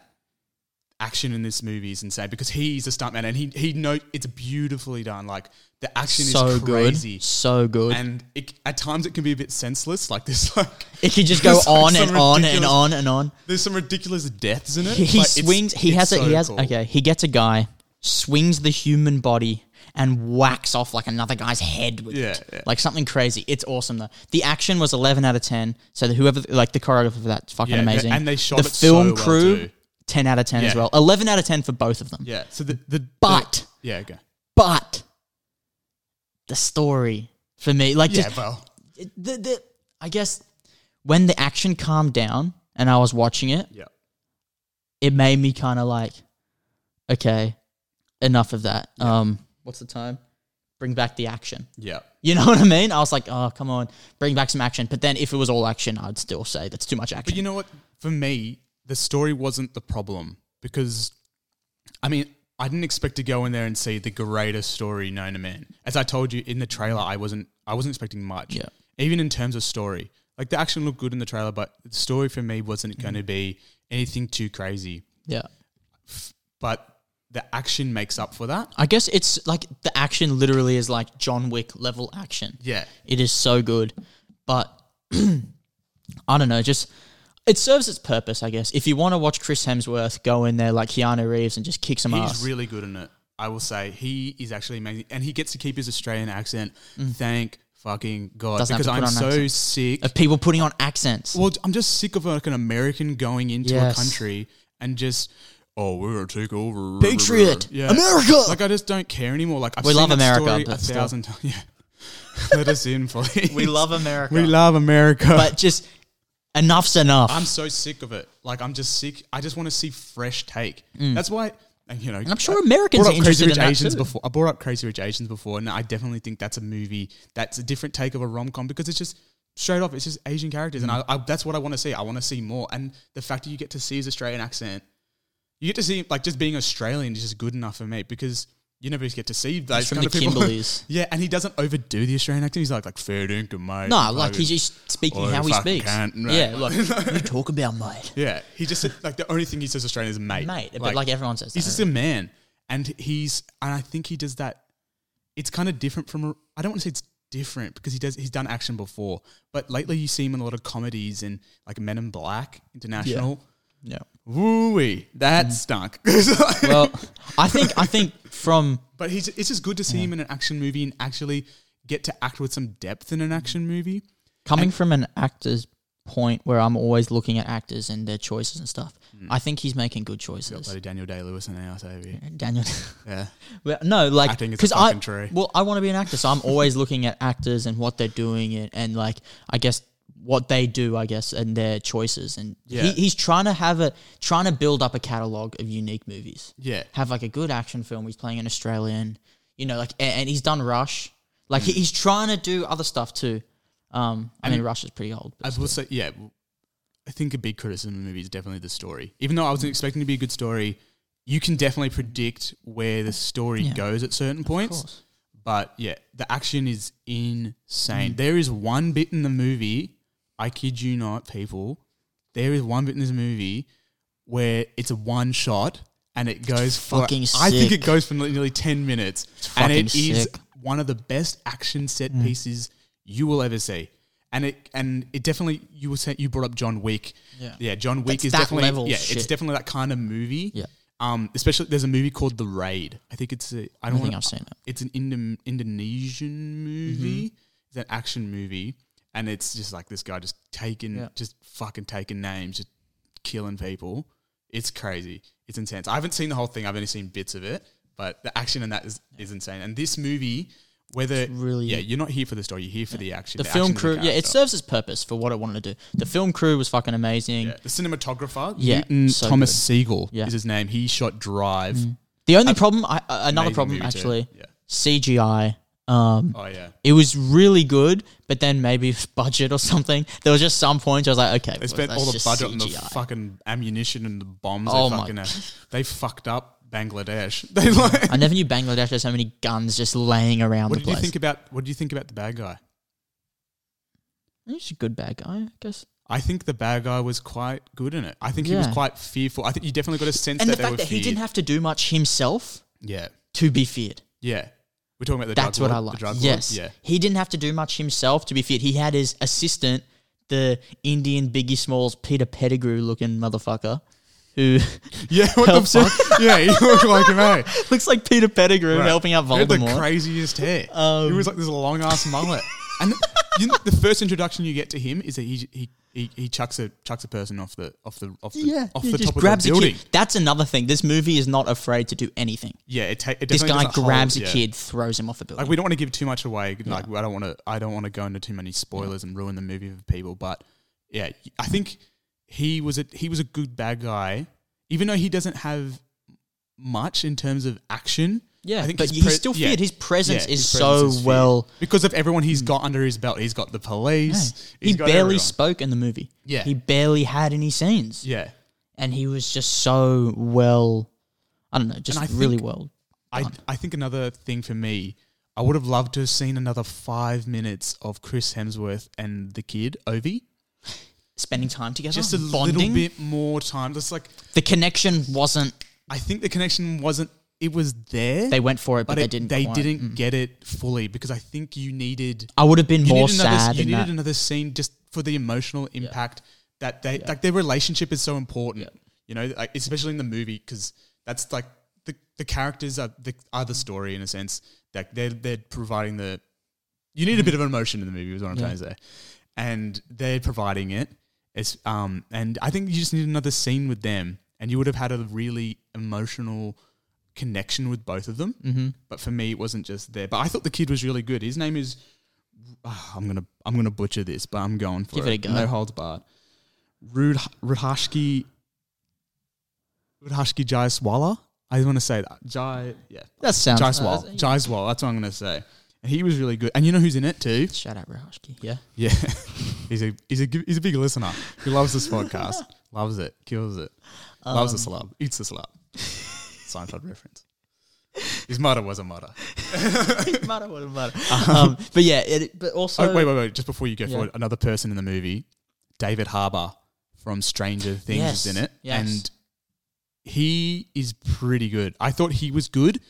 [SPEAKER 1] action in this movie is insane because he's a stuntman and he he know it's beautifully done. Like the action
[SPEAKER 2] so
[SPEAKER 1] is crazy.
[SPEAKER 2] good. So good.
[SPEAKER 1] And it, at times it can be a bit senseless. Like there's like
[SPEAKER 2] It could just go
[SPEAKER 1] It's like
[SPEAKER 2] on
[SPEAKER 1] some
[SPEAKER 2] and on and
[SPEAKER 1] ridiculous-
[SPEAKER 2] on and on.
[SPEAKER 1] there's some ridiculous deaths in it.
[SPEAKER 2] He, he
[SPEAKER 1] but it's-
[SPEAKER 2] swings. He
[SPEAKER 1] it's
[SPEAKER 2] has a. He
[SPEAKER 1] so
[SPEAKER 2] has.
[SPEAKER 1] cool.
[SPEAKER 2] Okay. He gets a guy, swings the human body, and whacks off like another guy's head with
[SPEAKER 1] Yeah,
[SPEAKER 2] it.
[SPEAKER 1] yeah.
[SPEAKER 2] Like something crazy. It's awesome though. The action was eleven out of ten. So the, whoever like the choreographer for that's fucking
[SPEAKER 1] Yeah,
[SPEAKER 2] amazing.
[SPEAKER 1] and they shot
[SPEAKER 2] the
[SPEAKER 1] it so
[SPEAKER 2] film
[SPEAKER 1] well,
[SPEAKER 2] crew.
[SPEAKER 1] too.
[SPEAKER 2] ten out of ten as
[SPEAKER 1] Yeah.
[SPEAKER 2] well. Eleven out of ten for both of them.
[SPEAKER 1] Yeah. So the the
[SPEAKER 2] But-
[SPEAKER 1] the- yeah. Okay.
[SPEAKER 2] But the story for me, like just
[SPEAKER 1] Yeah. Well.
[SPEAKER 2] the, the I guess when the action calmed down and I was watching it,
[SPEAKER 1] Yeah.
[SPEAKER 2] it made me kind of like, okay, enough of that. Um, what's the time? Bring back the action.
[SPEAKER 1] Yeah.
[SPEAKER 2] You know what I mean? I was like, oh, come on, bring back some action. But then if it was all action, I'd still say that's too much action.
[SPEAKER 1] But you know what? For me, the story wasn't the problem because, I mean, I didn't expect to go in there and see the greatest story known to man. As I told you in the trailer, I wasn't. I wasn't expecting much.
[SPEAKER 2] Yeah.
[SPEAKER 1] Even in terms of story, like the action looked good in the trailer, but the story for me wasn't
[SPEAKER 2] Mm.
[SPEAKER 1] going to be anything too crazy.
[SPEAKER 2] yeah.
[SPEAKER 1] But the action makes up for that.
[SPEAKER 2] I guess it's like the action literally is like John Wick level action.
[SPEAKER 1] Yeah.
[SPEAKER 2] It is so good. But I don't know, just it serves its purpose, I guess. If you want to watch Chris Hemsworth go in there like Keanu Reeves and just kick some ass.
[SPEAKER 1] He's really good in it. I will say he is actually amazing, and he gets to keep his Australian accent. Thank fucking god!
[SPEAKER 2] Mm. Doesn't have
[SPEAKER 1] because
[SPEAKER 2] to put
[SPEAKER 1] I'm
[SPEAKER 2] on an
[SPEAKER 1] so
[SPEAKER 2] accent.
[SPEAKER 1] sick.
[SPEAKER 2] of people putting on accents.
[SPEAKER 1] Well, I'm just sick of like an American going into
[SPEAKER 2] Yes.
[SPEAKER 1] a country and just oh, we're gonna take over
[SPEAKER 2] Patriot! America!
[SPEAKER 1] Like I just don't care anymore. Like I've
[SPEAKER 2] We
[SPEAKER 1] seen
[SPEAKER 2] love
[SPEAKER 1] that
[SPEAKER 2] America,
[SPEAKER 1] story a
[SPEAKER 2] but still.
[SPEAKER 1] thousand times. Yeah, let us in, please.
[SPEAKER 2] America.
[SPEAKER 1] we love America.
[SPEAKER 2] but just enough's enough.
[SPEAKER 1] I'm so sick of it. Like I'm just sick. I just want to see fresh take. That's why, and you know,
[SPEAKER 2] Mm. I'm sure Americans
[SPEAKER 1] brought
[SPEAKER 2] are
[SPEAKER 1] up Crazy
[SPEAKER 2] interested
[SPEAKER 1] Rich
[SPEAKER 2] in that
[SPEAKER 1] Asians
[SPEAKER 2] too.
[SPEAKER 1] before. I brought up Crazy Rich Asians before, and I definitely think that's a movie that's a different take of a rom com because it's just straight off. It's just Asian characters,
[SPEAKER 2] Mm.
[SPEAKER 1] and I, I that's what I want to see. I want to see more, and the fact that you get to see his Australian accent, you get to see like just being Australian is just good enough for me because. You never get to see those
[SPEAKER 2] He's from
[SPEAKER 1] kind
[SPEAKER 2] the
[SPEAKER 1] of people.
[SPEAKER 2] Kimberleys.
[SPEAKER 1] yeah, and he doesn't overdo the Australian accent. He's like, like fair dinkum, mate.
[SPEAKER 2] no, like he's
[SPEAKER 1] Fucking-
[SPEAKER 2] just speaking
[SPEAKER 1] Oh,
[SPEAKER 2] how he
[SPEAKER 1] fucking
[SPEAKER 2] speaks.
[SPEAKER 1] cunt, mate.
[SPEAKER 2] yeah, like you talk about mate,
[SPEAKER 1] Yeah, he just said, like the only thing he says Australian is mate.
[SPEAKER 2] mate. but like everyone says,
[SPEAKER 1] he's
[SPEAKER 2] that.
[SPEAKER 1] just a man, and he's and I think he does that. It's kind of different from a- I don't want to say it's different because he does he's done action before, but lately you see him in a lot of comedies and like Men in Black International.
[SPEAKER 2] yeah.
[SPEAKER 1] Woo wee, that stunk.
[SPEAKER 2] Well, I think I think from
[SPEAKER 1] but he's it's just good to see him in an action movie and actually get to act with some depth in an action movie.
[SPEAKER 2] coming from an actor's point where I'm always looking at actors and their choices and stuff, I think he's making good choices.
[SPEAKER 1] Bloody Daniel Day Lewis in our saviour.
[SPEAKER 2] Daniel,
[SPEAKER 1] Yeah,
[SPEAKER 2] well, no, like
[SPEAKER 1] Acting is a
[SPEAKER 2] because I
[SPEAKER 1] fucking tree.
[SPEAKER 2] well, I want to be an actor, so I'm always looking at actors and what they're doing and, and like I guess what they do, I guess, and their choices. And
[SPEAKER 1] Yeah.
[SPEAKER 2] he, he's trying to have a trying to build up a catalog of unique movies.
[SPEAKER 1] yeah.
[SPEAKER 2] Have like a good action film. He's playing an Australian, you know, like a- and, he's done Rush. Like
[SPEAKER 1] Mm.
[SPEAKER 2] he, he's trying to do other stuff too. Um, I mean, Rush is pretty old. But
[SPEAKER 1] I will say, yeah, w- I think a big criticism of the movie is definitely the story. Even though I wasn't expecting it to be a good story, you can definitely predict where the story
[SPEAKER 2] Yeah.
[SPEAKER 1] goes at certain
[SPEAKER 2] of
[SPEAKER 1] points.
[SPEAKER 2] course.
[SPEAKER 1] But yeah, the action is
[SPEAKER 2] Mm.
[SPEAKER 1] insane. There is one bit in the movie, I kid you not, people, There is one bit in this movie where it's a one shot and it goes for
[SPEAKER 2] fucking
[SPEAKER 1] I think
[SPEAKER 2] sick.
[SPEAKER 1] it goes for nearly nearly ten minutes, and it is
[SPEAKER 2] fucking sick. Mm.
[SPEAKER 1] one of the best action set pieces you will ever see. And it and it definitely you were saying you brought up John Wick.
[SPEAKER 2] Yeah.
[SPEAKER 1] John Wick
[SPEAKER 2] That's
[SPEAKER 1] is
[SPEAKER 2] that
[SPEAKER 1] definitely
[SPEAKER 2] level
[SPEAKER 1] yeah,
[SPEAKER 2] shit.
[SPEAKER 1] it's definitely that kind of movie.
[SPEAKER 2] Yeah.
[SPEAKER 1] Um, especially there's a movie called The Raid. I think it's a I
[SPEAKER 2] I
[SPEAKER 1] don't
[SPEAKER 2] think
[SPEAKER 1] wanna-
[SPEAKER 2] I've seen it.
[SPEAKER 1] it's an Indo- Indonesian movie.
[SPEAKER 2] Mm-hmm.
[SPEAKER 1] It's an action movie, and it's just like this guy just taking,
[SPEAKER 2] Yeah.
[SPEAKER 1] just fucking taking names, just killing people. It's crazy. It's intense. I haven't seen the whole thing. I've only seen bits of it, but the action in that is, is insane. And this movie, whether
[SPEAKER 2] really-
[SPEAKER 1] yeah, you're not here for the story. You're here for the action.
[SPEAKER 2] The, film
[SPEAKER 1] action's
[SPEAKER 2] crew, yeah, it
[SPEAKER 1] character.
[SPEAKER 2] serves its purpose for what it wanted to do. The film crew was fucking amazing.
[SPEAKER 1] Yeah, the cinematographer,
[SPEAKER 2] Yeah,
[SPEAKER 1] Newton
[SPEAKER 2] so
[SPEAKER 1] Thomas
[SPEAKER 2] good.
[SPEAKER 1] Siegel
[SPEAKER 2] Yeah.
[SPEAKER 1] is his name. He shot Drive.
[SPEAKER 2] The only problem, I, uh, another
[SPEAKER 1] Amazing
[SPEAKER 2] problem
[SPEAKER 1] movie too.
[SPEAKER 2] actually,
[SPEAKER 1] Yeah.
[SPEAKER 2] CGI. Um,
[SPEAKER 1] Oh yeah.
[SPEAKER 2] it was really good, but then maybe it's budget or something. There was just some points I was like, okay,
[SPEAKER 1] They spent all the budget on the fucking ammunition and the bombs.
[SPEAKER 2] Oh
[SPEAKER 1] they
[SPEAKER 2] my
[SPEAKER 1] fucking, uh, they fucked up Bangladesh. They like,
[SPEAKER 2] I never knew Bangladesh had so many guns just laying around
[SPEAKER 1] what
[SPEAKER 2] the
[SPEAKER 1] did
[SPEAKER 2] place.
[SPEAKER 1] you think about? What do you think about the bad guy?
[SPEAKER 2] He's a good bad guy, I guess.
[SPEAKER 1] I think the bad guy was quite good in it. I think he
[SPEAKER 2] Yeah.
[SPEAKER 1] was quite fearful. I think you definitely got a sense
[SPEAKER 2] And
[SPEAKER 1] that
[SPEAKER 2] the
[SPEAKER 1] they were
[SPEAKER 2] fact that he
[SPEAKER 1] feared.
[SPEAKER 2] didn't have to do much himself
[SPEAKER 1] yeah,
[SPEAKER 2] to be feared.
[SPEAKER 1] yeah. We're talking about the
[SPEAKER 2] That's
[SPEAKER 1] drug
[SPEAKER 2] what I
[SPEAKER 1] lord,
[SPEAKER 2] like.
[SPEAKER 1] The drug lord?
[SPEAKER 2] Yes.
[SPEAKER 1] yeah.
[SPEAKER 2] He didn't have to do much himself to be feared. He had his assistant, the Indian Biggie Smalls, Peter Pettigrew looking motherfucker, who
[SPEAKER 1] Yeah, what
[SPEAKER 2] Helps
[SPEAKER 1] the fuck? yeah, he looked like an A.
[SPEAKER 2] looks like Peter Pettigrew
[SPEAKER 1] Right.
[SPEAKER 2] helping out
[SPEAKER 1] He had the
[SPEAKER 2] Voldemort.
[SPEAKER 1] craziest hair.
[SPEAKER 2] Um,
[SPEAKER 1] he was like this long ass mullet. And you know, the first introduction you get to him is that he he, he, he chucks a chucks a person off the off the off the, off
[SPEAKER 2] he
[SPEAKER 1] the
[SPEAKER 2] just
[SPEAKER 1] top of the
[SPEAKER 2] a kid.
[SPEAKER 1] building.
[SPEAKER 2] That's another thing. This movie is not afraid to do anything.
[SPEAKER 1] Yeah, it, ta- it
[SPEAKER 2] This
[SPEAKER 1] definitely
[SPEAKER 2] guy
[SPEAKER 1] doesn't
[SPEAKER 2] grabs
[SPEAKER 1] hold-
[SPEAKER 2] a
[SPEAKER 1] yeah.
[SPEAKER 2] kid, throws him off the building.
[SPEAKER 1] Like we don't want to give too much away. Like I don't want to I don't want to go into too many spoilers and ruin the movie for people. But yeah, I think he was a he was a good bad guy, even though he doesn't have much in terms of action.
[SPEAKER 2] yeah,
[SPEAKER 1] I think
[SPEAKER 2] but
[SPEAKER 1] his
[SPEAKER 2] he's
[SPEAKER 1] pre-
[SPEAKER 2] still
[SPEAKER 1] yeah.
[SPEAKER 2] feared. His presence
[SPEAKER 1] Yeah,
[SPEAKER 2] is
[SPEAKER 1] his
[SPEAKER 2] so
[SPEAKER 1] presence is feared.
[SPEAKER 2] well.
[SPEAKER 1] because of everyone he's got under his belt. He's got the police.
[SPEAKER 2] He
[SPEAKER 1] he's got
[SPEAKER 2] barely
[SPEAKER 1] everyone.
[SPEAKER 2] spoke in the movie.
[SPEAKER 1] Yeah.
[SPEAKER 2] he barely had any scenes,
[SPEAKER 1] yeah.
[SPEAKER 2] and he was just so well. I don't know, just
[SPEAKER 1] I think-
[SPEAKER 2] really well.
[SPEAKER 1] I I think another thing for me, I would have loved to have seen another five minutes of Chris Hemsworth and the kid Ovi.
[SPEAKER 2] Spending time together,
[SPEAKER 1] Just a
[SPEAKER 2] Oh, bonding.
[SPEAKER 1] little bit more time. Just like
[SPEAKER 2] The connection wasn't.
[SPEAKER 1] I think the connection wasn't. It was there,
[SPEAKER 2] They went for it, but,
[SPEAKER 1] but
[SPEAKER 2] they
[SPEAKER 1] it-
[SPEAKER 2] didn't.
[SPEAKER 1] They
[SPEAKER 2] quite. Mm.
[SPEAKER 1] didn't get it fully because I think you needed
[SPEAKER 2] I would have been
[SPEAKER 1] you
[SPEAKER 2] more
[SPEAKER 1] needed another,
[SPEAKER 2] sad.
[SPEAKER 1] You
[SPEAKER 2] in
[SPEAKER 1] needed
[SPEAKER 2] that.
[SPEAKER 1] another scene just for the emotional impact that they like. Their relationship is so important. You know, like, especially in the movie because that's like the the characters are the are the story in a sense. Like they're they're providing the. You need a bit of emotion in the movie, is what I'm trying to say, and they're providing it. It's um, and I think you just need another scene with them, and you would have had a really emotional connection with both of them. Mm-hmm. But for me, it wasn't just there. But I thought the kid was really good. His name is ah, I'm gonna I'm gonna butcher this, but I'm going for
[SPEAKER 2] Give it a go.
[SPEAKER 1] No holds barred. Rud Rudhashki Rudhashki Jaiswala. I want to say that Jai yeah
[SPEAKER 2] That sounds.
[SPEAKER 1] Jaiswal
[SPEAKER 2] uh,
[SPEAKER 1] Jaiswal. That's what I'm gonna say. And he was really good. And you know who's in it too?
[SPEAKER 2] Shout out Rahashki. Yeah.
[SPEAKER 1] Yeah, he's a he's a g- he's a big listener. He loves this podcast. Loves it. Kills it. Loves the
[SPEAKER 2] Um,
[SPEAKER 1] slab. Eats the slab. Seinfeld reference. His mother was a mother.
[SPEAKER 2] matter what it matter. Um, but yeah, it, but also
[SPEAKER 1] oh, wait, wait, wait. Just before you go
[SPEAKER 2] Yeah.
[SPEAKER 1] forward, another person in the movie, David Harbour from Stranger Things
[SPEAKER 2] Yes,
[SPEAKER 1] is in it.
[SPEAKER 2] yes.
[SPEAKER 1] And he is pretty good. I thought he was good.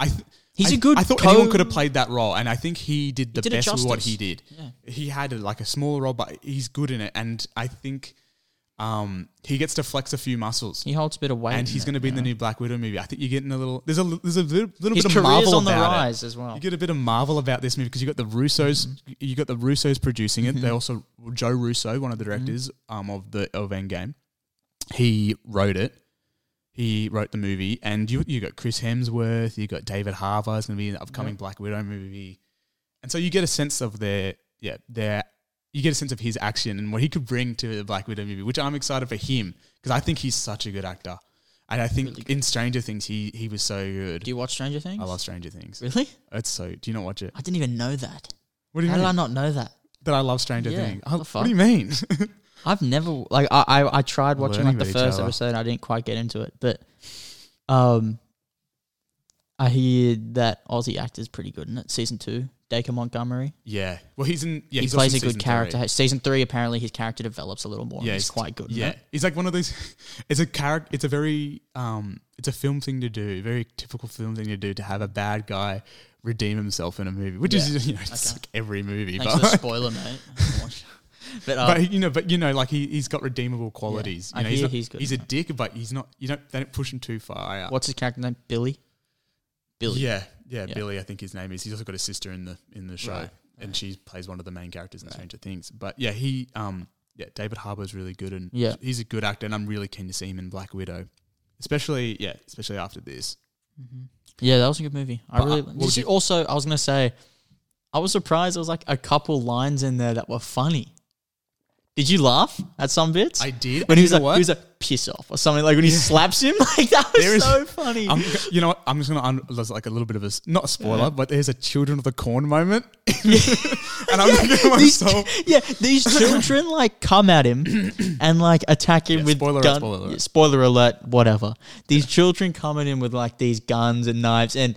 [SPEAKER 1] I th-
[SPEAKER 2] He's
[SPEAKER 1] I-
[SPEAKER 2] a good
[SPEAKER 1] I thought
[SPEAKER 2] co-
[SPEAKER 1] anyone could have played that role, and I think he did the
[SPEAKER 2] did it
[SPEAKER 1] best with what
[SPEAKER 2] justice.
[SPEAKER 1] he did.
[SPEAKER 2] Yeah.
[SPEAKER 1] He had like a smaller role, but he's good in it, and I think um, he gets to flex a few muscles.
[SPEAKER 2] he holds a bit of weight,
[SPEAKER 1] And he's going to be in the new Black Widow movie. I think you're getting a little. There's a there's a little, little
[SPEAKER 2] His
[SPEAKER 1] bit of
[SPEAKER 2] career's
[SPEAKER 1] marvel
[SPEAKER 2] on the
[SPEAKER 1] about it.
[SPEAKER 2] rise as well.
[SPEAKER 1] You get a bit of marvel about this movie because you got the Russos,
[SPEAKER 2] Mm-hmm.
[SPEAKER 1] you got the Russos producing it. They also Joe Russo, one of the
[SPEAKER 2] Mm-hmm.
[SPEAKER 1] directors um, of the of Endgame, he wrote it. He wrote the movie, and you you got Chris Hemsworth, you got David Harbour is going to be in the upcoming Black Widow movie, and so you get a sense of their yeah their you get a sense of his action and what he could bring to the Black Widow movie, which I'm excited for him because I think he's such a good actor, and I think in Stranger Things he he was so good.
[SPEAKER 2] Do you watch Stranger Things?
[SPEAKER 1] I love Stranger Things.
[SPEAKER 2] Really?
[SPEAKER 1] It's so. Do you not watch it?
[SPEAKER 2] I didn't even know that.
[SPEAKER 1] What do you
[SPEAKER 2] How
[SPEAKER 1] mean?
[SPEAKER 2] did I not know that?
[SPEAKER 1] that I love Stranger
[SPEAKER 2] Yeah,
[SPEAKER 1] Things.
[SPEAKER 2] what
[SPEAKER 1] I-
[SPEAKER 2] the fuck?
[SPEAKER 1] what do you mean?
[SPEAKER 2] I've never like I I, I tried watching
[SPEAKER 1] Learning
[SPEAKER 2] like the
[SPEAKER 1] with each
[SPEAKER 2] first
[SPEAKER 1] other.
[SPEAKER 2] episode. and I didn't quite get into it, but um, I hear that Aussie actor's pretty good in it. Season two, Dacre Montgomery.
[SPEAKER 1] Yeah. Well, he's in. Yeah,
[SPEAKER 2] he
[SPEAKER 1] he's also
[SPEAKER 2] plays a
[SPEAKER 1] in
[SPEAKER 2] good
[SPEAKER 1] season
[SPEAKER 2] character.
[SPEAKER 1] three.
[SPEAKER 2] Season three, apparently, his character develops a little more. Yeah, he's quite good. in
[SPEAKER 1] Yeah,
[SPEAKER 2] it.
[SPEAKER 1] he's like one of those. It's a character. It's a very. Um, it's a film thing to do. Very typical film thing to do to have a bad guy redeem himself in a movie, which
[SPEAKER 2] Yeah.
[SPEAKER 1] is you know it's
[SPEAKER 2] Okay.
[SPEAKER 1] like every movie.
[SPEAKER 2] Thanks
[SPEAKER 1] but
[SPEAKER 2] for the spoiler, mate. but, uh,
[SPEAKER 1] but you know, but you know, like he he has got redeemable qualities.
[SPEAKER 2] I
[SPEAKER 1] you know, he's,
[SPEAKER 2] hear
[SPEAKER 1] not-
[SPEAKER 2] he's good
[SPEAKER 1] He's
[SPEAKER 2] in
[SPEAKER 1] a dick, but he's not. You don't. They don't push him too far. I, uh,
[SPEAKER 2] what's his character name? Billy. Billy.
[SPEAKER 1] Yeah, yeah,
[SPEAKER 2] Yeah.
[SPEAKER 1] Billy. I think his name is. He's also got a sister in the in the show,
[SPEAKER 2] Right,
[SPEAKER 1] and
[SPEAKER 2] right.
[SPEAKER 1] she plays one of the main characters in
[SPEAKER 2] Right.
[SPEAKER 1] Stranger Things. But yeah, he, um, yeah, David Harbour's really good, and
[SPEAKER 2] Yeah.
[SPEAKER 1] he's a good actor, and I'm really keen to see him in Black Widow, especially yeah, especially after this.
[SPEAKER 2] Yeah, that was a good movie. I
[SPEAKER 1] But,
[SPEAKER 2] really.
[SPEAKER 1] uh, what would
[SPEAKER 2] Did you-
[SPEAKER 1] you-
[SPEAKER 2] also, I was gonna say, I was surprised. There was like a couple lines in there that were funny. Did you laugh at some bits?
[SPEAKER 1] I did and
[SPEAKER 2] when he
[SPEAKER 1] you
[SPEAKER 2] was
[SPEAKER 1] know
[SPEAKER 2] like,
[SPEAKER 1] what?
[SPEAKER 2] he was like, piss off or something. Like when he slaps him, like that was
[SPEAKER 1] There is-
[SPEAKER 2] so funny.
[SPEAKER 1] I'm, you know, what? I'm just gonna un- there's like a little bit of a s- not a spoiler,
[SPEAKER 2] Yeah.
[SPEAKER 1] but there's a Children of the Corn moment, and I'm thinking to
[SPEAKER 2] These-
[SPEAKER 1] myself,
[SPEAKER 2] yeah, these children like come at him and like attack him
[SPEAKER 1] Yeah,
[SPEAKER 2] with
[SPEAKER 1] spoiler alert,
[SPEAKER 2] gun-
[SPEAKER 1] spoiler alert.
[SPEAKER 2] yeah, spoiler alert, whatever. These children come at him with like these guns and knives, and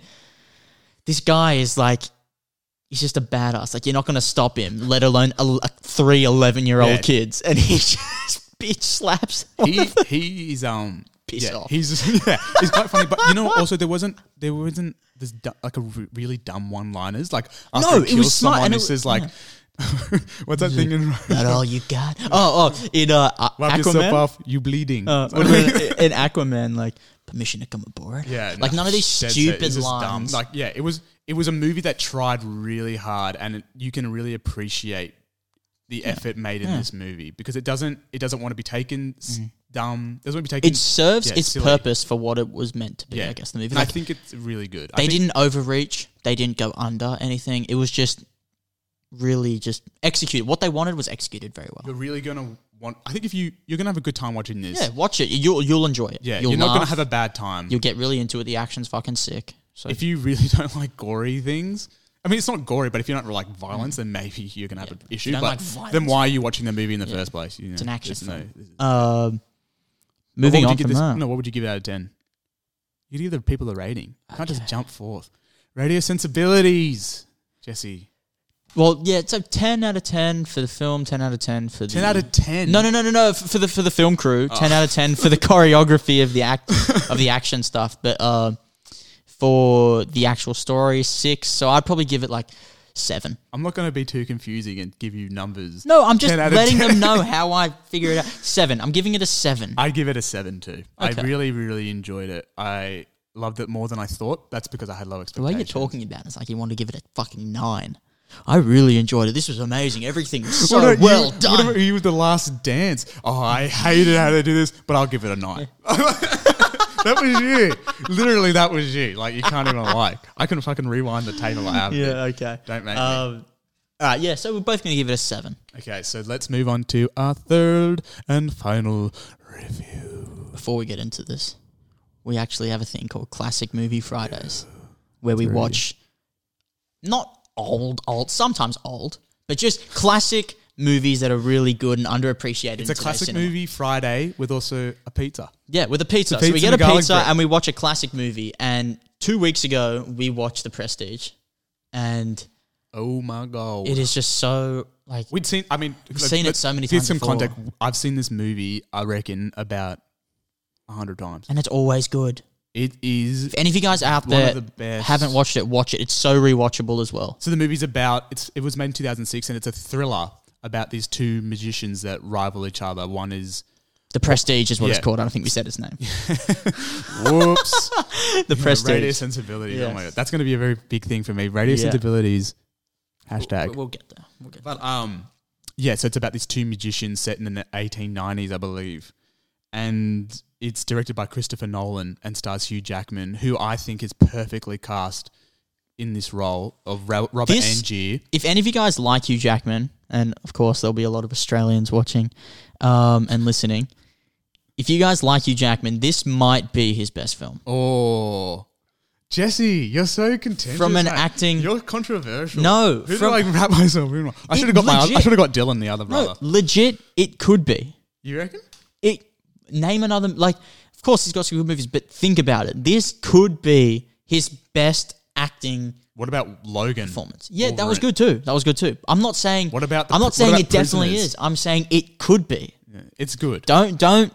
[SPEAKER 2] this guy is like, he's just a badass. Like you're not gonna stop him, let alone a, a three 11 year
[SPEAKER 1] Yeah.
[SPEAKER 2] old kids, and he just bitch slaps.
[SPEAKER 1] he he is um
[SPEAKER 2] Piss
[SPEAKER 1] yeah,
[SPEAKER 2] off.
[SPEAKER 1] He's just, yeah, he's quite funny. But you know, also there wasn't there wasn't this du- like a r- really dumb one liners like after
[SPEAKER 2] No,
[SPEAKER 1] no,
[SPEAKER 2] it
[SPEAKER 1] kills
[SPEAKER 2] was smart,
[SPEAKER 1] someone
[SPEAKER 2] and
[SPEAKER 1] who
[SPEAKER 2] it
[SPEAKER 1] says like what's that thing in
[SPEAKER 2] That all you got? Oh, oh, in uh, uh,
[SPEAKER 1] wipe yourself
[SPEAKER 2] Aquaman.
[SPEAKER 1] off you bleeding
[SPEAKER 2] Uh,
[SPEAKER 1] It's like-
[SPEAKER 2] in Aquaman, like permission to come aboard.
[SPEAKER 1] yeah
[SPEAKER 2] like
[SPEAKER 1] no,
[SPEAKER 2] none of these
[SPEAKER 1] dead set.
[SPEAKER 2] stupid
[SPEAKER 1] It's just dumb.
[SPEAKER 2] lines.
[SPEAKER 1] like yeah it was it was a movie that tried really hard and it, you can really appreciate the effort made in
[SPEAKER 2] Yeah.
[SPEAKER 1] this movie because it doesn't it doesn't want to be taken s dumb doesn't want to be taken
[SPEAKER 2] it serves
[SPEAKER 1] yeah,
[SPEAKER 2] its
[SPEAKER 1] silly.
[SPEAKER 2] purpose for what it was meant to be.
[SPEAKER 1] yeah
[SPEAKER 2] I guess the movie.
[SPEAKER 1] and
[SPEAKER 2] Like,
[SPEAKER 1] I think it's really good I
[SPEAKER 2] they
[SPEAKER 1] think-
[SPEAKER 2] didn't overreach. They didn't go under anything. It was just really just executed. What they wanted was executed very well.
[SPEAKER 1] you're really gonna want. I think if you you're gonna have a good time watching this.
[SPEAKER 2] Yeah, watch it. You'll you'll enjoy it.
[SPEAKER 1] yeah.
[SPEAKER 2] you'll
[SPEAKER 1] You're not gonna
[SPEAKER 2] laugh.
[SPEAKER 1] have a bad time.
[SPEAKER 2] You'll get really into it. The action's fucking sick. So
[SPEAKER 1] If you really don't like gory things, I mean, it's not gory, but if you don't like violence, then maybe you're gonna have
[SPEAKER 2] Yeah.
[SPEAKER 1] an
[SPEAKER 2] If
[SPEAKER 1] issue.
[SPEAKER 2] you don't
[SPEAKER 1] but
[SPEAKER 2] like violence-
[SPEAKER 1] then why are you watching the movie in the
[SPEAKER 2] Yeah.
[SPEAKER 1] first place? You know,
[SPEAKER 2] It's an action
[SPEAKER 1] there's no- there's-
[SPEAKER 2] um,
[SPEAKER 1] But what
[SPEAKER 2] moving
[SPEAKER 1] would
[SPEAKER 2] on
[SPEAKER 1] you give
[SPEAKER 2] from
[SPEAKER 1] this,
[SPEAKER 2] that,
[SPEAKER 1] No, what would you give it out of ten? You give the people a rating. You can't
[SPEAKER 2] Okay.
[SPEAKER 1] just jump forth. Radio sensibilities, Jesse.
[SPEAKER 2] well, yeah, it's like ten out of ten for the film, ten out of ten for the
[SPEAKER 1] Ten out of ten. Oh.
[SPEAKER 2] No, no, no, no, no. f- For the for the film crew, ten out of ten for the choreography of the act of the action stuff, but uh, for the actual story, six. So I'd probably give it like seven.
[SPEAKER 1] I'm not gonna be too confusing and give you numbers.
[SPEAKER 2] No, I'm just
[SPEAKER 1] 10 out of
[SPEAKER 2] letting
[SPEAKER 1] 10.
[SPEAKER 2] them know how I figure it out. Seven. I'm giving it a seven.
[SPEAKER 1] I give it a seven too.
[SPEAKER 2] Okay.
[SPEAKER 1] I really, really enjoyed it. I loved it more than I thought. That's because I had low
[SPEAKER 2] the
[SPEAKER 1] expectations.
[SPEAKER 2] way you're talking about it, it's like you want to give it a fucking nine. I really enjoyed it. This was amazing. Everything was so
[SPEAKER 1] What about
[SPEAKER 2] Oh, well
[SPEAKER 1] you,
[SPEAKER 2] done.
[SPEAKER 1] What about you with the last dance? Oh, I hated how they do this, but I'll give it a nine. that was you. Literally, that was you. Like you can't even like. I can fucking rewind the tape like I have.
[SPEAKER 2] yeah. Okay.
[SPEAKER 1] Don't make me.
[SPEAKER 2] Um, all right. Yeah. So we're both going to give it a seven.
[SPEAKER 1] Okay, so let's move on to our third and final review.
[SPEAKER 2] before we get into this, we actually have a thing called Classic Movie Fridays, where we watch not old, old, sometimes old, but just classic movies that are really good and underappreciated.
[SPEAKER 1] It's a classic movie Friday with also a pizza.
[SPEAKER 2] Yeah, with a pizza. so
[SPEAKER 1] pizza
[SPEAKER 2] we get
[SPEAKER 1] and
[SPEAKER 2] a
[SPEAKER 1] a garlic
[SPEAKER 2] pizza
[SPEAKER 1] bread.
[SPEAKER 2] and we watch a classic movie. And two weeks ago, we watched The Prestige, and
[SPEAKER 1] Oh my god!
[SPEAKER 2] it is just so like
[SPEAKER 1] We'd seen. I mean, we've
[SPEAKER 2] seen it so many times
[SPEAKER 1] some
[SPEAKER 2] before.
[SPEAKER 1] context. I've seen this movie. I reckon about a hundred times.
[SPEAKER 2] and it's always good.
[SPEAKER 1] It is
[SPEAKER 2] If any of you guys out
[SPEAKER 1] one
[SPEAKER 2] there
[SPEAKER 1] of the best.
[SPEAKER 2] haven't watched it, watch it. It's so rewatchable as well.
[SPEAKER 1] So the movie's about. It's. It was made in two thousand six, and it's a thriller about these two magicians that rival each other. One is
[SPEAKER 2] The Prestige is what it's
[SPEAKER 1] Yeah.
[SPEAKER 2] called. I don't think we said its name.
[SPEAKER 1] whoops.
[SPEAKER 2] the
[SPEAKER 1] radio
[SPEAKER 2] Prestige.
[SPEAKER 1] sensibilities. Oh my
[SPEAKER 2] Yes.
[SPEAKER 1] god, that's going to be a very big thing for me. Radio
[SPEAKER 2] Yeah.
[SPEAKER 1] sensibilities. Hashtag.
[SPEAKER 2] We'll get there. We'll get
[SPEAKER 1] But um, yeah. So it's about these two magicians set in the 1890s, I believe, and it's directed by Christopher Nolan and stars Hugh Jackman, who I think is perfectly cast in this role of Ro- Robert
[SPEAKER 2] This-
[SPEAKER 1] Angier.
[SPEAKER 2] If any of you guys like Hugh Jackman, and of course there'll be a lot of Australians watching um, and listening, if you guys like Hugh Jackman, this might be his best film.
[SPEAKER 1] Oh, Jesse, you're so contentious
[SPEAKER 2] From an
[SPEAKER 1] mate.
[SPEAKER 2] acting-
[SPEAKER 1] You're controversial.
[SPEAKER 2] No,
[SPEAKER 1] who
[SPEAKER 2] from-
[SPEAKER 1] do I wrap myself in? on? I
[SPEAKER 2] It-
[SPEAKER 1] should have got my.
[SPEAKER 2] legit.
[SPEAKER 1] I should have got Dylan, the other brother.
[SPEAKER 2] No, legit, it could be.
[SPEAKER 1] You reckon?
[SPEAKER 2] It name another like. Of course, he's got some good movies, but think about it. This could be his best acting
[SPEAKER 1] What about Logan?
[SPEAKER 2] performance. Yeah, that was good too. That was good too. I'm not saying
[SPEAKER 1] What about the
[SPEAKER 2] I'm
[SPEAKER 1] pr-
[SPEAKER 2] not
[SPEAKER 1] what
[SPEAKER 2] saying
[SPEAKER 1] about
[SPEAKER 2] it definitely
[SPEAKER 1] prisoners?
[SPEAKER 2] is. I'm saying it could be.
[SPEAKER 1] Yeah, it's good.
[SPEAKER 2] Don't don't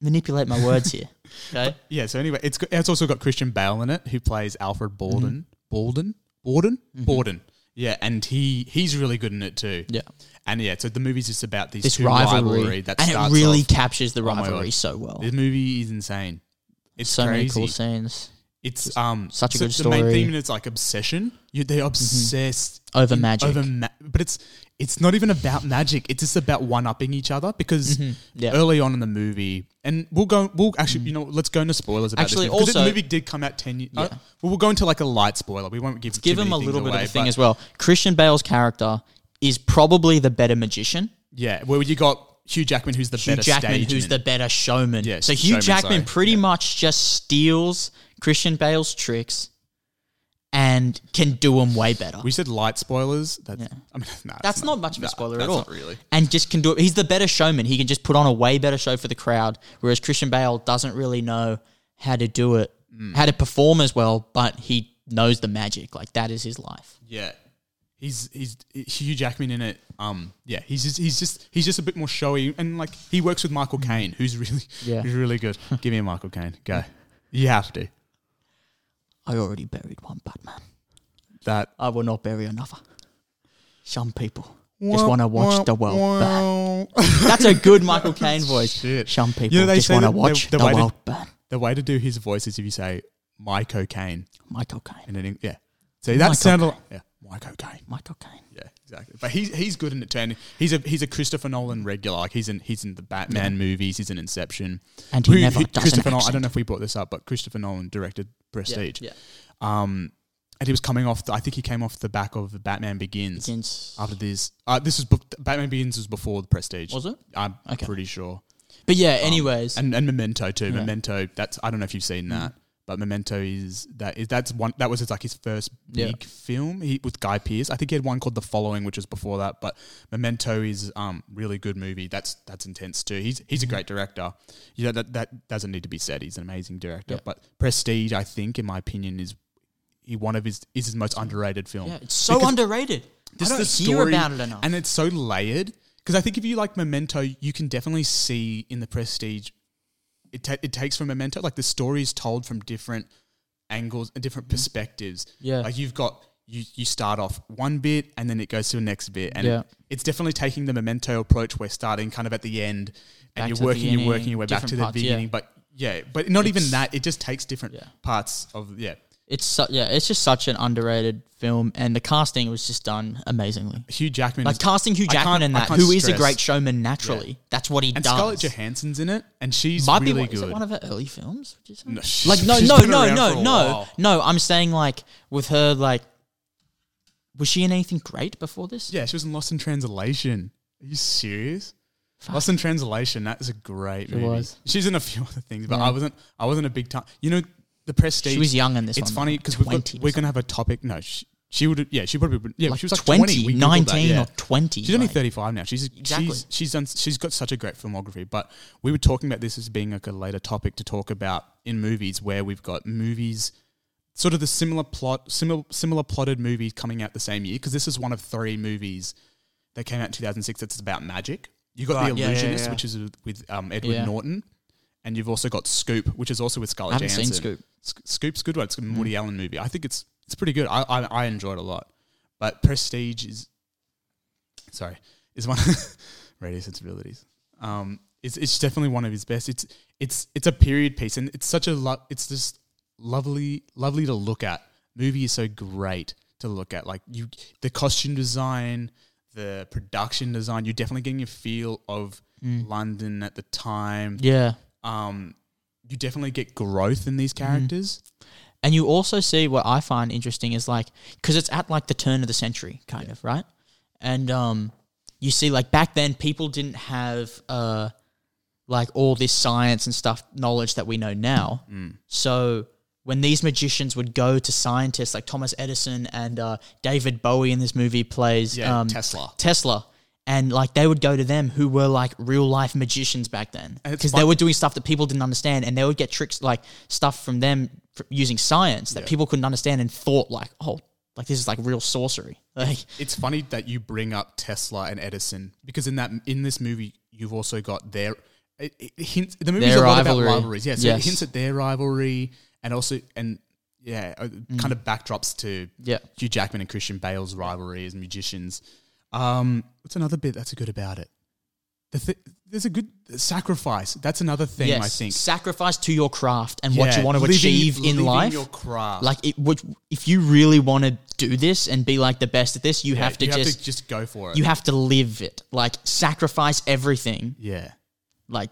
[SPEAKER 2] manipulate my words here. Okay.
[SPEAKER 1] Yeah. So anyway, it's go- it's also got Christian Bale in it, who plays Alfred
[SPEAKER 2] Mm-hmm.
[SPEAKER 1] Borden. Borden. Borden. Borden. Yeah, and he he's really good in it too.
[SPEAKER 2] Yeah.
[SPEAKER 1] And yeah, so the movie's just about these
[SPEAKER 2] This
[SPEAKER 1] two
[SPEAKER 2] rivalry,
[SPEAKER 1] that
[SPEAKER 2] and it
[SPEAKER 1] starts
[SPEAKER 2] really
[SPEAKER 1] off-
[SPEAKER 2] captures the
[SPEAKER 1] Oh my
[SPEAKER 2] rivalry
[SPEAKER 1] God.
[SPEAKER 2] so well.
[SPEAKER 1] The movie is insane. It's
[SPEAKER 2] so
[SPEAKER 1] crazy.
[SPEAKER 2] many cool scenes
[SPEAKER 1] It's um
[SPEAKER 2] such a
[SPEAKER 1] so
[SPEAKER 2] good
[SPEAKER 1] The main
[SPEAKER 2] story. Mm-hmm. Oh,
[SPEAKER 1] theme is like obsession. You, they're obsessed
[SPEAKER 2] over
[SPEAKER 1] in-
[SPEAKER 2] magic.
[SPEAKER 1] over ma- but it's it's not even about magic. It's just about one upping each other because
[SPEAKER 2] Mm-hmm. Yeah. Mm.
[SPEAKER 1] early on in the movie, and we'll go. We'll actually, you know, let's go into spoilers about
[SPEAKER 2] Actually,
[SPEAKER 1] this movie, 'cause
[SPEAKER 2] also-
[SPEAKER 1] the movie did come out ten years. Uh, well, we'll go into like a light spoiler. We won't give too
[SPEAKER 2] Give
[SPEAKER 1] many
[SPEAKER 2] him a
[SPEAKER 1] things
[SPEAKER 2] little bit
[SPEAKER 1] away,
[SPEAKER 2] of a thing
[SPEAKER 1] but
[SPEAKER 2] as well. Christian Bale's character is probably the better magician.
[SPEAKER 1] yeah, where you got Hugh Jackman, who's the
[SPEAKER 2] Hugh
[SPEAKER 1] better
[SPEAKER 2] Jackman,
[SPEAKER 1] stageman.
[SPEAKER 2] who's the better showman.
[SPEAKER 1] Yes,
[SPEAKER 2] so Hugh
[SPEAKER 1] showman,
[SPEAKER 2] Jackman
[SPEAKER 1] sorry.
[SPEAKER 2] pretty much just steals Christian Bale's tricks and can do them way better.
[SPEAKER 1] we said light spoilers. That's I mean, nah, it's
[SPEAKER 2] That's not much of a
[SPEAKER 1] nah,
[SPEAKER 2] spoiler at
[SPEAKER 1] that's
[SPEAKER 2] all.
[SPEAKER 1] not really.
[SPEAKER 2] And just can do it. He's the better showman. He can just put on a way better show for the crowd, whereas Christian Bale doesn't really know how to do it,
[SPEAKER 1] Hmm.
[SPEAKER 2] how to perform as well, but he knows the magic. Like that is his life.
[SPEAKER 1] Yeah. He's he's Hugh Jackman in it. Um, yeah, he's just he's just he's just a bit more showy and like he works with Michael Caine, who's really
[SPEAKER 2] Yeah.
[SPEAKER 1] who's really good. Give me a Michael Caine, go. You have to.
[SPEAKER 2] I already buried one Batman.
[SPEAKER 1] That
[SPEAKER 2] I will not bury another. Some people just want to watch the world burn.
[SPEAKER 1] burn.
[SPEAKER 2] That's a good Michael Caine voice.
[SPEAKER 1] Shit.
[SPEAKER 2] Some people
[SPEAKER 1] they
[SPEAKER 2] just
[SPEAKER 1] say
[SPEAKER 2] want to
[SPEAKER 1] that the-
[SPEAKER 2] watch the,
[SPEAKER 1] the way to-
[SPEAKER 2] world burn.
[SPEAKER 1] The way to do his voice is if you say my cocaine
[SPEAKER 2] Michael
[SPEAKER 1] and
[SPEAKER 2] Caine.
[SPEAKER 1] then yeah. So that sounded like yeah, my cocaine.
[SPEAKER 2] Michael Caine.
[SPEAKER 1] Yeah, exactly. But he's he's good in it too. And he's a he's a Christopher Nolan regular. Like he's in he's in the Batman movies. He's in Inception.
[SPEAKER 2] And he never does an
[SPEAKER 1] Christopher Nolan. I
[SPEAKER 2] accent.
[SPEAKER 1] don't know if we brought this up, but Christopher Nolan directed Prestige.
[SPEAKER 2] Yeah.
[SPEAKER 1] Um, and he was coming off. The, I think he came off the back of the Batman Begins.
[SPEAKER 2] Begins.
[SPEAKER 1] After this, uh, this was be- Batman Begins was before the Prestige.
[SPEAKER 2] Was it?
[SPEAKER 1] I'm
[SPEAKER 2] Okay.
[SPEAKER 1] pretty sure.
[SPEAKER 2] But yeah, anyways.
[SPEAKER 1] Um, And and Memento too. Memento. That's I don't know if you've
[SPEAKER 2] Mm.
[SPEAKER 1] seen that. But Memento is that is that's one that was his, like his first
[SPEAKER 2] Yeah.
[SPEAKER 1] big film he, with Guy Pearce. I think he had one called The Following, which was before that. But Memento is um really good movie. That's that's intense too. He's he's a
[SPEAKER 2] Mm-hmm.
[SPEAKER 1] great director. You know that that doesn't need to be said. He's an amazing director.
[SPEAKER 2] Yeah.
[SPEAKER 1] But Prestige, I think, in my opinion, is he one of his is his most underrated film.
[SPEAKER 2] yeah, it's so
[SPEAKER 1] Because-
[SPEAKER 2] underrated.
[SPEAKER 1] just
[SPEAKER 2] I don't
[SPEAKER 1] the
[SPEAKER 2] hear
[SPEAKER 1] story,
[SPEAKER 2] about it enough.
[SPEAKER 1] and it's so layered. Because I think if you like Memento, you can definitely see in the Prestige, it ta- it takes from Memento. Like the story is told from different angles and different perspectives.
[SPEAKER 2] Mm-hmm. Yeah.
[SPEAKER 1] like you've got you you start off one bit and then it goes to the next bit, and
[SPEAKER 2] Yeah.
[SPEAKER 1] it's definitely taking the Memento approach. We're starting kind of at the end, and
[SPEAKER 2] Back to the
[SPEAKER 1] you're working, you're working
[SPEAKER 2] beginning,
[SPEAKER 1] your way back
[SPEAKER 2] different
[SPEAKER 1] to the
[SPEAKER 2] parts, yeah.
[SPEAKER 1] beginning. But yeah, but not even
[SPEAKER 2] It's-
[SPEAKER 1] that. It just takes different
[SPEAKER 2] Yeah.
[SPEAKER 1] parts of yeah.
[SPEAKER 2] it's su- yeah, it's just such an underrated film, and the casting was just done amazingly.
[SPEAKER 1] Hugh Jackman,
[SPEAKER 2] Like
[SPEAKER 1] is-
[SPEAKER 2] casting Hugh
[SPEAKER 1] I
[SPEAKER 2] Jackman
[SPEAKER 1] can't-
[SPEAKER 2] in
[SPEAKER 1] I
[SPEAKER 2] that,
[SPEAKER 1] can't
[SPEAKER 2] who is a
[SPEAKER 1] stress-
[SPEAKER 2] great showman naturally. That's what he
[SPEAKER 1] and
[SPEAKER 2] does.
[SPEAKER 1] Scarlett Johansson's in it, and she's
[SPEAKER 2] Might
[SPEAKER 1] really
[SPEAKER 2] be one,
[SPEAKER 1] good.
[SPEAKER 2] is it one of her early films. Would you say?
[SPEAKER 1] No,
[SPEAKER 2] like no,
[SPEAKER 1] she's
[SPEAKER 2] no,
[SPEAKER 1] been
[SPEAKER 2] no,
[SPEAKER 1] around for
[SPEAKER 2] no,
[SPEAKER 1] a
[SPEAKER 2] no,
[SPEAKER 1] while.
[SPEAKER 2] no. I'm saying like with her, like was she in anything great before this?
[SPEAKER 1] Yeah, she was in Lost in Translation. Are you serious? Lost in Translation. That is a great movie.
[SPEAKER 2] was.
[SPEAKER 1] She's in a few other things, but I wasn't. I wasn't a big time. You know, the prestige.
[SPEAKER 2] She was young in this
[SPEAKER 1] It's
[SPEAKER 2] one,
[SPEAKER 1] funny
[SPEAKER 2] like
[SPEAKER 1] because we're
[SPEAKER 2] 20%.
[SPEAKER 1] gonna have a topic. No, she, she would. Yeah, she probably. would- Yeah,
[SPEAKER 2] Like
[SPEAKER 1] she was like
[SPEAKER 2] 20,
[SPEAKER 1] 20, We Googled that,
[SPEAKER 2] 19
[SPEAKER 1] yeah.
[SPEAKER 2] or 20.
[SPEAKER 1] She's only
[SPEAKER 2] like-
[SPEAKER 1] 35 now. She's
[SPEAKER 2] Exactly.
[SPEAKER 1] she's she's done she's got such a great filmography, but we were talking about this as being like a later topic to talk about in movies where we've got movies sort of the similar plot similar similar plotted movie coming out the same year because this is one of three movies that came out in 2006 that's about magic. You got
[SPEAKER 2] Right,
[SPEAKER 1] The
[SPEAKER 2] yeah, yeah,
[SPEAKER 1] Illusionist,
[SPEAKER 2] yeah.
[SPEAKER 1] which is with um, Edward
[SPEAKER 2] Yeah.
[SPEAKER 1] Norton, and you've also got Scoop, which is also with Scarlett
[SPEAKER 2] I haven't seen
[SPEAKER 1] Johansson.
[SPEAKER 2] Scoop.
[SPEAKER 1] Sc- Scoop's a good one. It's a Woody Allen movie. I think it's it's pretty good. I I, I enjoyed it a lot. But Prestige is sorry, is one radio sensibilities. Um, it's it's definitely one of his best. It's it's it's a period piece, and it's such a lo- it's just lovely lovely to look at. Movie is so great to look at. Like you, the costume design, the production design. You're definitely getting a feel of London at the time.
[SPEAKER 2] Yeah.
[SPEAKER 1] Um, you definitely get growth in these characters.
[SPEAKER 2] And you also see what I find interesting is like, because it's at like the turn of the century, kind of, right? And um, you see, like, back then, people didn't have uh, like all this science and stuff knowledge that we know now.
[SPEAKER 1] Mm.
[SPEAKER 2] So when these magicians would go to scientists like Thomas Edison and uh, David Bowie in this movie plays
[SPEAKER 1] Yeah,
[SPEAKER 2] um,
[SPEAKER 1] Tesla.
[SPEAKER 2] Tesla. And like they would go to them who were like real life magicians back then
[SPEAKER 1] And it's
[SPEAKER 2] because they
[SPEAKER 1] fun-
[SPEAKER 2] were doing stuff that people didn't understand and they would get tricks like stuff from them f using science that people couldn't understand and thought like, oh, Like this is like real sorcery. Like
[SPEAKER 1] It's funny that you bring up Tesla and Edison because in that in this movie you've also got their it, it hints the movie's
[SPEAKER 2] Their
[SPEAKER 1] a lot
[SPEAKER 2] rivalry.
[SPEAKER 1] about rivalries. Yeah, so
[SPEAKER 2] Yes.
[SPEAKER 1] it hints at their rivalry and also and yeah, uh, kind of backdrops to
[SPEAKER 2] Mm. Yeah.
[SPEAKER 1] Hugh Jackman and Christian Bale's rivalry as musicians. Um, what's another bit that's good about it? The th- there's a good sacrifice. That's another thing I think.
[SPEAKER 2] sacrifice to your craft and what
[SPEAKER 1] Yeah,
[SPEAKER 2] you want to
[SPEAKER 1] living-
[SPEAKER 2] achieve in
[SPEAKER 1] living
[SPEAKER 2] life.
[SPEAKER 1] Your craft.
[SPEAKER 2] like it would, if you really want to do this and be like the best at this, you
[SPEAKER 1] Yeah,
[SPEAKER 2] have to
[SPEAKER 1] you
[SPEAKER 2] just
[SPEAKER 1] have to just go for it.
[SPEAKER 2] you have to live it. Like sacrifice everything.
[SPEAKER 1] yeah.
[SPEAKER 2] Like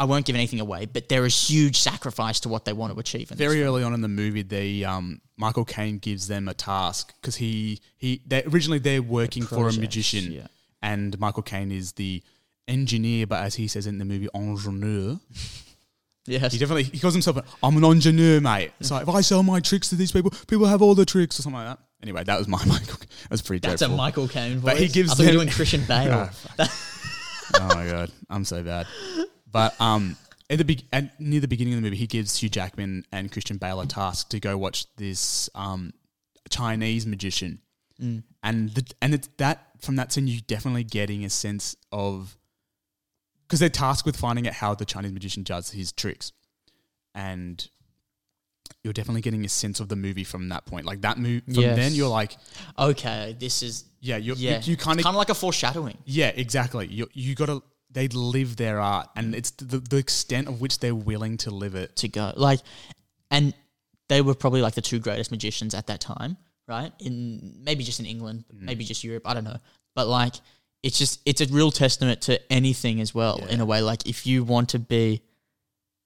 [SPEAKER 2] I won't give anything away, but there is huge sacrifice to what they want to achieve. In this.
[SPEAKER 1] very early on in the movie, they um, Michael Caine gives them a task because he he they, originally they're working for a
[SPEAKER 2] project,
[SPEAKER 1] magician,
[SPEAKER 2] yeah.
[SPEAKER 1] and Michael Caine is the engineer, but as he says in the movie, ingénieur.
[SPEAKER 2] Yes.
[SPEAKER 1] He definitely he calls himself an, I'm an ingénieur, mate. It's like if I sell my tricks to these people, people have all the tricks or something like that. Anyway, that was my Michael. That was pretty.
[SPEAKER 2] That's a
[SPEAKER 1] dreadful.
[SPEAKER 2] Michael Caine voice.
[SPEAKER 1] But he gives
[SPEAKER 2] I thought you were
[SPEAKER 1] them-
[SPEAKER 2] doing Christian Bale.
[SPEAKER 1] Oh, fuck. oh my god, I'm so bad. But um, at the be- at near the beginning of the movie, he gives Hugh Jackman and Christian Bale a task to go watch this um Chinese magician,
[SPEAKER 2] Mm.
[SPEAKER 1] and the, and it's that from that scene you're definitely getting a sense of because they're tasked with finding out how the Chinese magician does his tricks, and. You're definitely getting a sense of the movie from that point. Like that movie, from
[SPEAKER 2] Yes.
[SPEAKER 1] then you're like,
[SPEAKER 2] Okay, this is
[SPEAKER 1] yeah, you're,
[SPEAKER 2] yeah.
[SPEAKER 1] you, you kind of
[SPEAKER 2] kind of like a foreshadowing.
[SPEAKER 1] yeah, exactly. You you got to they live their art, and it's the, the extent of which they're willing to live it.
[SPEAKER 2] to go. Like, and they were probably like the two greatest magicians at that time, right? In maybe just in England,
[SPEAKER 1] Mm.
[SPEAKER 2] maybe just Europe. I don't know. But like, it's just it's a real testament to anything as well in a way. Like, if you want to be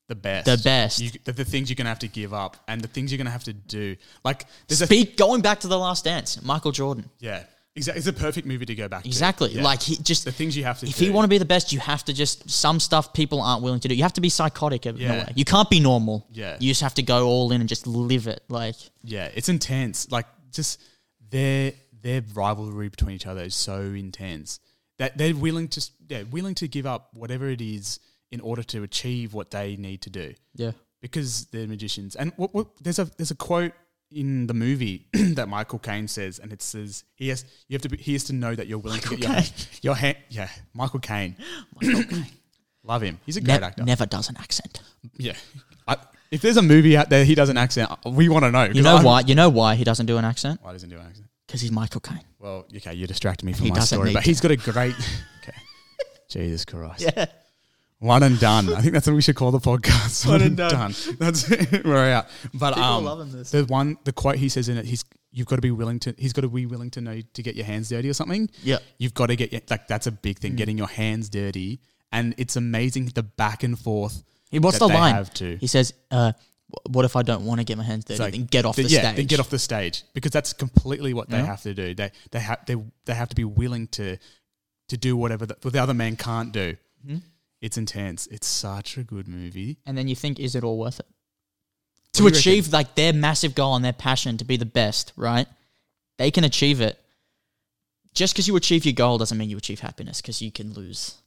[SPEAKER 1] The best,
[SPEAKER 2] The best.
[SPEAKER 1] You, the, the things you're gonna have to give up, and the things you're gonna have to do. Like there's a
[SPEAKER 2] speak, going back to the Last Dance, Michael Jordan,
[SPEAKER 1] yeah, exactly. It's a perfect movie to go back.
[SPEAKER 2] exactly.
[SPEAKER 1] to. Yeah.
[SPEAKER 2] Like he just.
[SPEAKER 1] the things you have to.
[SPEAKER 2] if
[SPEAKER 1] do.
[SPEAKER 2] you want to be the best, you have to just some stuff people aren't willing to do. You have to be psychotic in a
[SPEAKER 1] Yeah.
[SPEAKER 2] way. You can't be normal.
[SPEAKER 1] Yeah.
[SPEAKER 2] You just have to go all in and just live it. Like
[SPEAKER 1] yeah, it's intense. Like just their their rivalry between each other is so intense that they're willing to s- yeah willing to give up whatever it is in order to achieve what they need to do.
[SPEAKER 2] Yeah.
[SPEAKER 1] because they're magicians. And what, what, there's a there's a quote in the movie that Michael Caine says, and it says he has you have to be, he has to know that you're willing to get your
[SPEAKER 2] Caine.
[SPEAKER 1] hand, your hand. Yeah, Michael Caine. Love him. He's a great
[SPEAKER 2] Ne-
[SPEAKER 1] actor.
[SPEAKER 2] never does an accent.
[SPEAKER 1] yeah. I, if there's a movie out there he doesn't accent, we want to know. 'cause
[SPEAKER 2] You know
[SPEAKER 1] I'm-
[SPEAKER 2] why? You know why he doesn't do an accent?
[SPEAKER 1] Why doesn't he do an accent?
[SPEAKER 2] Because he's Michael Caine.
[SPEAKER 1] Well, okay, you distracted me from
[SPEAKER 2] He
[SPEAKER 1] my
[SPEAKER 2] doesn't
[SPEAKER 1] story,
[SPEAKER 2] need
[SPEAKER 1] but
[SPEAKER 2] to.
[SPEAKER 1] he's got a great. okay, Jesus Christ. One and done. I think that's what we should call the podcast. One, and done. That's it. We're out. But
[SPEAKER 2] People are
[SPEAKER 1] um,
[SPEAKER 2] loving this.
[SPEAKER 1] the one, the quote he says in it, he's you've got to be willing to. He's got to be willing to know to get your hands dirty or something.
[SPEAKER 2] Yeah. Mm.
[SPEAKER 1] you've got to get your, like that's a big thing. Getting your hands dirty, and it's amazing the back and forth.
[SPEAKER 2] He, what's
[SPEAKER 1] that
[SPEAKER 2] the
[SPEAKER 1] they
[SPEAKER 2] line?
[SPEAKER 1] Have to.
[SPEAKER 2] He says, uh, "Wh- "What if I don't want to get my hands dirty?
[SPEAKER 1] It's like-
[SPEAKER 2] then get off the,
[SPEAKER 1] th- yeah,
[SPEAKER 2] stage."
[SPEAKER 1] Then get off the stage because that's completely what they
[SPEAKER 2] Yeah.
[SPEAKER 1] have to do. They they have they they have to be willing to to do whatever the, what the other man can't do.
[SPEAKER 2] Mm-hmm.
[SPEAKER 1] It's intense. It's such a good movie.
[SPEAKER 2] And then you think, "Is it all worth it?"
[SPEAKER 1] do
[SPEAKER 2] To
[SPEAKER 1] you reckon?
[SPEAKER 2] achieve like their massive goal and their passion to be the best, right? They can achieve it. Just because you achieve your goal doesn't mean you achieve happiness, because you can lose,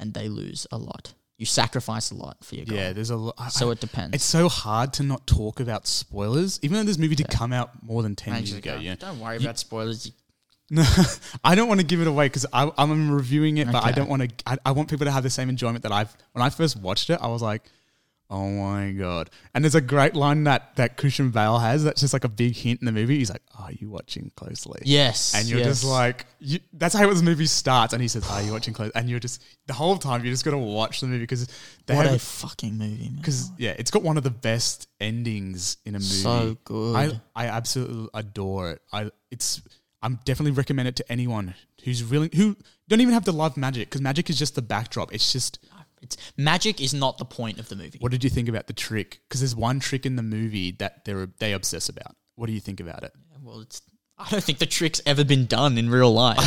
[SPEAKER 2] and they lose a lot. You sacrifice a lot for your goal.
[SPEAKER 1] Yeah, there's a lot.
[SPEAKER 2] So it depends.
[SPEAKER 1] it's so hard to not talk about spoilers, even though this movie did come out more than ten years
[SPEAKER 2] Actually,
[SPEAKER 1] ago.
[SPEAKER 2] can't-
[SPEAKER 1] Yeah,
[SPEAKER 2] Don't worry about spoilers. You-
[SPEAKER 1] no, I don't want to give it away because I'm reviewing it, but I
[SPEAKER 2] Okay.
[SPEAKER 1] don't want to. I, I want people to have the same enjoyment that I've when I first watched it. I was like, "Oh my god!" And there's a great line that that Christian Bale has. That's just like a big hint in the movie. He's like, "Are you watching closely?"
[SPEAKER 2] Yes.
[SPEAKER 1] And you're just
[SPEAKER 2] yes.
[SPEAKER 1] like, you, that's how the movie starts. And he says, "Are you watching closely?" And you're just the whole time you're just gonna watch the movie because they
[SPEAKER 2] What
[SPEAKER 1] have
[SPEAKER 2] a fucking movie, man.
[SPEAKER 1] because yeah, it's got one of the best endings in a movie.
[SPEAKER 2] So good.
[SPEAKER 1] I I absolutely adore it. I it's I'm definitely recommend it to anyone who's really who don't even have to love magic because magic is just the backdrop. It's just
[SPEAKER 2] It's magic is not the point of the movie.
[SPEAKER 1] what did you think about the trick? Because there's one trick in the movie that they're they obsess about. What do you think about it?
[SPEAKER 2] Well, it's I don't think the trick's ever been done in real life.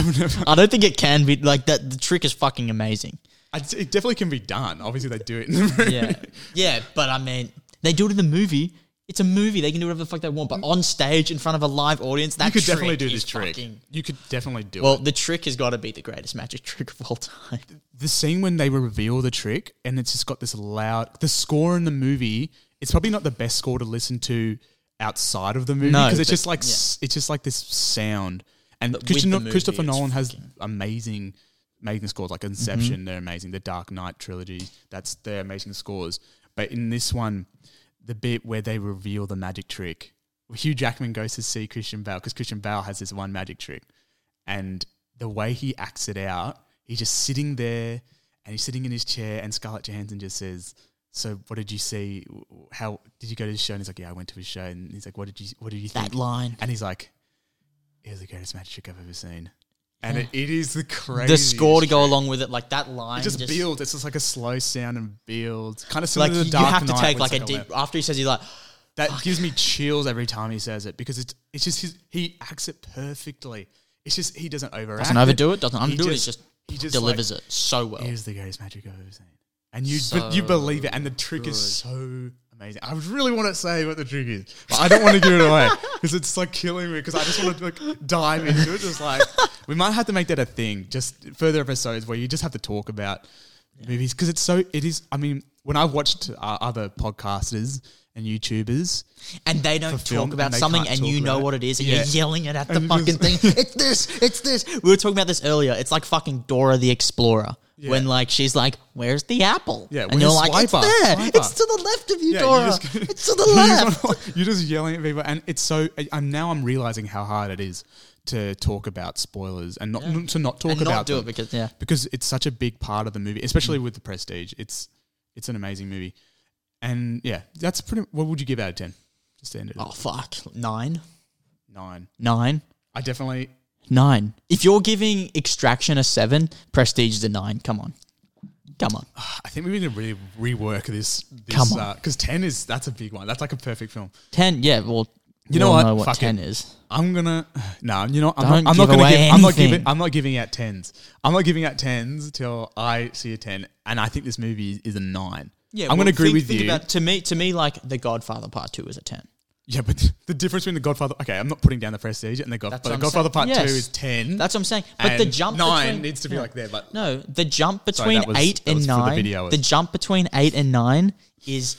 [SPEAKER 2] I don't think it can be like that. The trick is fucking amazing.
[SPEAKER 1] I'd say it definitely can be done. Obviously, they do it. In the movie.
[SPEAKER 2] Yeah, yeah, but I mean, they do it in the movie. It's a movie. They can do whatever the fuck they want. But on stage in front of a live audience, that
[SPEAKER 1] you could
[SPEAKER 2] trick
[SPEAKER 1] definitely do
[SPEAKER 2] is
[SPEAKER 1] this trick.
[SPEAKER 2] fucking-
[SPEAKER 1] You could definitely do
[SPEAKER 2] well,
[SPEAKER 1] it.
[SPEAKER 2] the trick has got to be the greatest magic trick of all time.
[SPEAKER 1] the scene when they reveal the trick and it's just got this loud the score in the movie it's probably not the best score to listen to outside of the movie
[SPEAKER 3] No,
[SPEAKER 1] because it's
[SPEAKER 3] but-
[SPEAKER 1] just like
[SPEAKER 2] yeah.
[SPEAKER 1] s it's just like this sound. And
[SPEAKER 2] But with
[SPEAKER 1] Christian,
[SPEAKER 2] the movie,
[SPEAKER 1] Christopher
[SPEAKER 2] it's Mm-hmm.
[SPEAKER 1] Nolan has
[SPEAKER 2] fucking-
[SPEAKER 1] amazing, amazing scores like Inception. They're amazing. The Dark Knight trilogy. That's their amazing scores. But in this one, the bit where they reveal the magic trick, Hugh Jackman goes to see Christian Bale because Christian Bale has this one magic trick, and the way he acts it out, he's just sitting there and he's sitting in his chair, and Scarlett Johansson just says, "So what did you see? How did you go to his show?" And he's like, "Yeah, I went to his show." And he's like, "What did you What did you think?"
[SPEAKER 3] That line.
[SPEAKER 1] and he's like, "It was the greatest magic trick I've ever seen." And it, it is the crazy
[SPEAKER 2] the score to go along with it, like that line.
[SPEAKER 1] It just, builds. It's just like a slow sound and builds, kind of similar
[SPEAKER 2] Like
[SPEAKER 1] to
[SPEAKER 2] you
[SPEAKER 1] the Dark
[SPEAKER 2] have to
[SPEAKER 1] Knight
[SPEAKER 2] take
[SPEAKER 1] with
[SPEAKER 2] like a
[SPEAKER 1] Scarlett.
[SPEAKER 2] deep after he says you like
[SPEAKER 1] That gives me chills every time he says it because it's it's just his, he acts it perfectly. It's just he doesn't overact.
[SPEAKER 3] Doesn't overdo it, doesn't
[SPEAKER 1] He
[SPEAKER 3] undo it, it just
[SPEAKER 1] he
[SPEAKER 3] delivers
[SPEAKER 1] like,
[SPEAKER 3] it so well.
[SPEAKER 1] Here's the greatest magic I've ever seen, and you
[SPEAKER 2] So
[SPEAKER 1] you believe it, and the trick is so amazing. I really want to say what the trick is, but I don't want to give it away because it's like killing me. Because I just want to like dive into it. Just like we might have to make that a thing. Just further episodes where you just have to talk about movies because it's so it is. I mean, when I've watched uh, other podcasters and YouTubers,
[SPEAKER 2] and they don't
[SPEAKER 1] For film,
[SPEAKER 2] talk about
[SPEAKER 1] and they
[SPEAKER 2] something
[SPEAKER 1] can't
[SPEAKER 2] and
[SPEAKER 1] talk
[SPEAKER 2] you know
[SPEAKER 1] about it.
[SPEAKER 2] what it is and
[SPEAKER 1] Yeah.
[SPEAKER 2] you're yelling it at the
[SPEAKER 1] And it
[SPEAKER 2] fucking
[SPEAKER 1] is-
[SPEAKER 2] thing. It's this, it's this. We were talking about this earlier. It's like fucking Dora the Explorer. When
[SPEAKER 1] Yeah.
[SPEAKER 2] like she's like, "Where's the apple?"
[SPEAKER 1] Yeah,
[SPEAKER 2] and you're
[SPEAKER 1] where's
[SPEAKER 2] like, "It's
[SPEAKER 1] Swiper?
[SPEAKER 2] there.
[SPEAKER 1] Swiper."
[SPEAKER 2] It's to the left of you,
[SPEAKER 1] Yeah,
[SPEAKER 2] Dora.
[SPEAKER 1] you just-
[SPEAKER 2] it's to the
[SPEAKER 1] You just
[SPEAKER 2] left."
[SPEAKER 1] wanna- You're just yelling at people, and it's so. I- I'm now I'm realizing how hard it is to talk about spoilers and not to not talk
[SPEAKER 2] And
[SPEAKER 1] about
[SPEAKER 2] not do
[SPEAKER 1] them.
[SPEAKER 2] it because yeah, Mm.
[SPEAKER 1] because it's such a big part of the movie, especially with the Prestige. It's it's an amazing movie, and yeah, that's pretty. What would you give out of ten? Just to end it, at
[SPEAKER 2] oh fuck, nine,
[SPEAKER 1] nine.
[SPEAKER 2] nine,
[SPEAKER 1] I definitely
[SPEAKER 3] Nine.
[SPEAKER 2] If you're giving Extraction a seven, Prestige is a nine. Come on, come on.
[SPEAKER 1] I think we need to really rework this. this
[SPEAKER 2] Come on.
[SPEAKER 1] because ten is that's a big one. That's like a perfect film.
[SPEAKER 2] Ten. Yeah. Well, you
[SPEAKER 1] know
[SPEAKER 2] all
[SPEAKER 1] what?
[SPEAKER 2] Know what
[SPEAKER 1] Fuck
[SPEAKER 2] ten
[SPEAKER 1] it.
[SPEAKER 2] is?
[SPEAKER 1] I'm gonna no, you know,
[SPEAKER 3] Don't
[SPEAKER 1] I'm not, I'm not
[SPEAKER 3] give
[SPEAKER 1] gonna
[SPEAKER 3] away
[SPEAKER 1] give. I'm not
[SPEAKER 3] anything.
[SPEAKER 1] giving. I'm not giving out tens. I'm not giving out tens till I see a ten, and I think this movie is a nine.
[SPEAKER 2] Yeah,
[SPEAKER 1] I'm
[SPEAKER 2] well,
[SPEAKER 1] gonna agree
[SPEAKER 2] think-
[SPEAKER 1] with
[SPEAKER 2] think
[SPEAKER 1] you.
[SPEAKER 2] about- to me, to me, like The Godfather Part Two is a ten.
[SPEAKER 1] yeah, but the difference between the Godfather. Okay, I'm not putting down the Prestige and the Godfather.
[SPEAKER 2] what
[SPEAKER 1] The
[SPEAKER 2] I'm
[SPEAKER 1] Godfather
[SPEAKER 2] saying.
[SPEAKER 1] Part
[SPEAKER 2] Yes.
[SPEAKER 1] Two is ten.
[SPEAKER 2] That's what I'm saying. But the
[SPEAKER 1] and
[SPEAKER 2] jump
[SPEAKER 1] nine
[SPEAKER 2] between,
[SPEAKER 1] needs to be
[SPEAKER 2] yeah.
[SPEAKER 1] like there, but
[SPEAKER 2] no, the jump
[SPEAKER 1] Sorry,
[SPEAKER 2] between
[SPEAKER 1] that was-
[SPEAKER 2] eight
[SPEAKER 1] that
[SPEAKER 2] and
[SPEAKER 1] was for the
[SPEAKER 2] nine.
[SPEAKER 1] video.
[SPEAKER 2] The jump between eight and nine is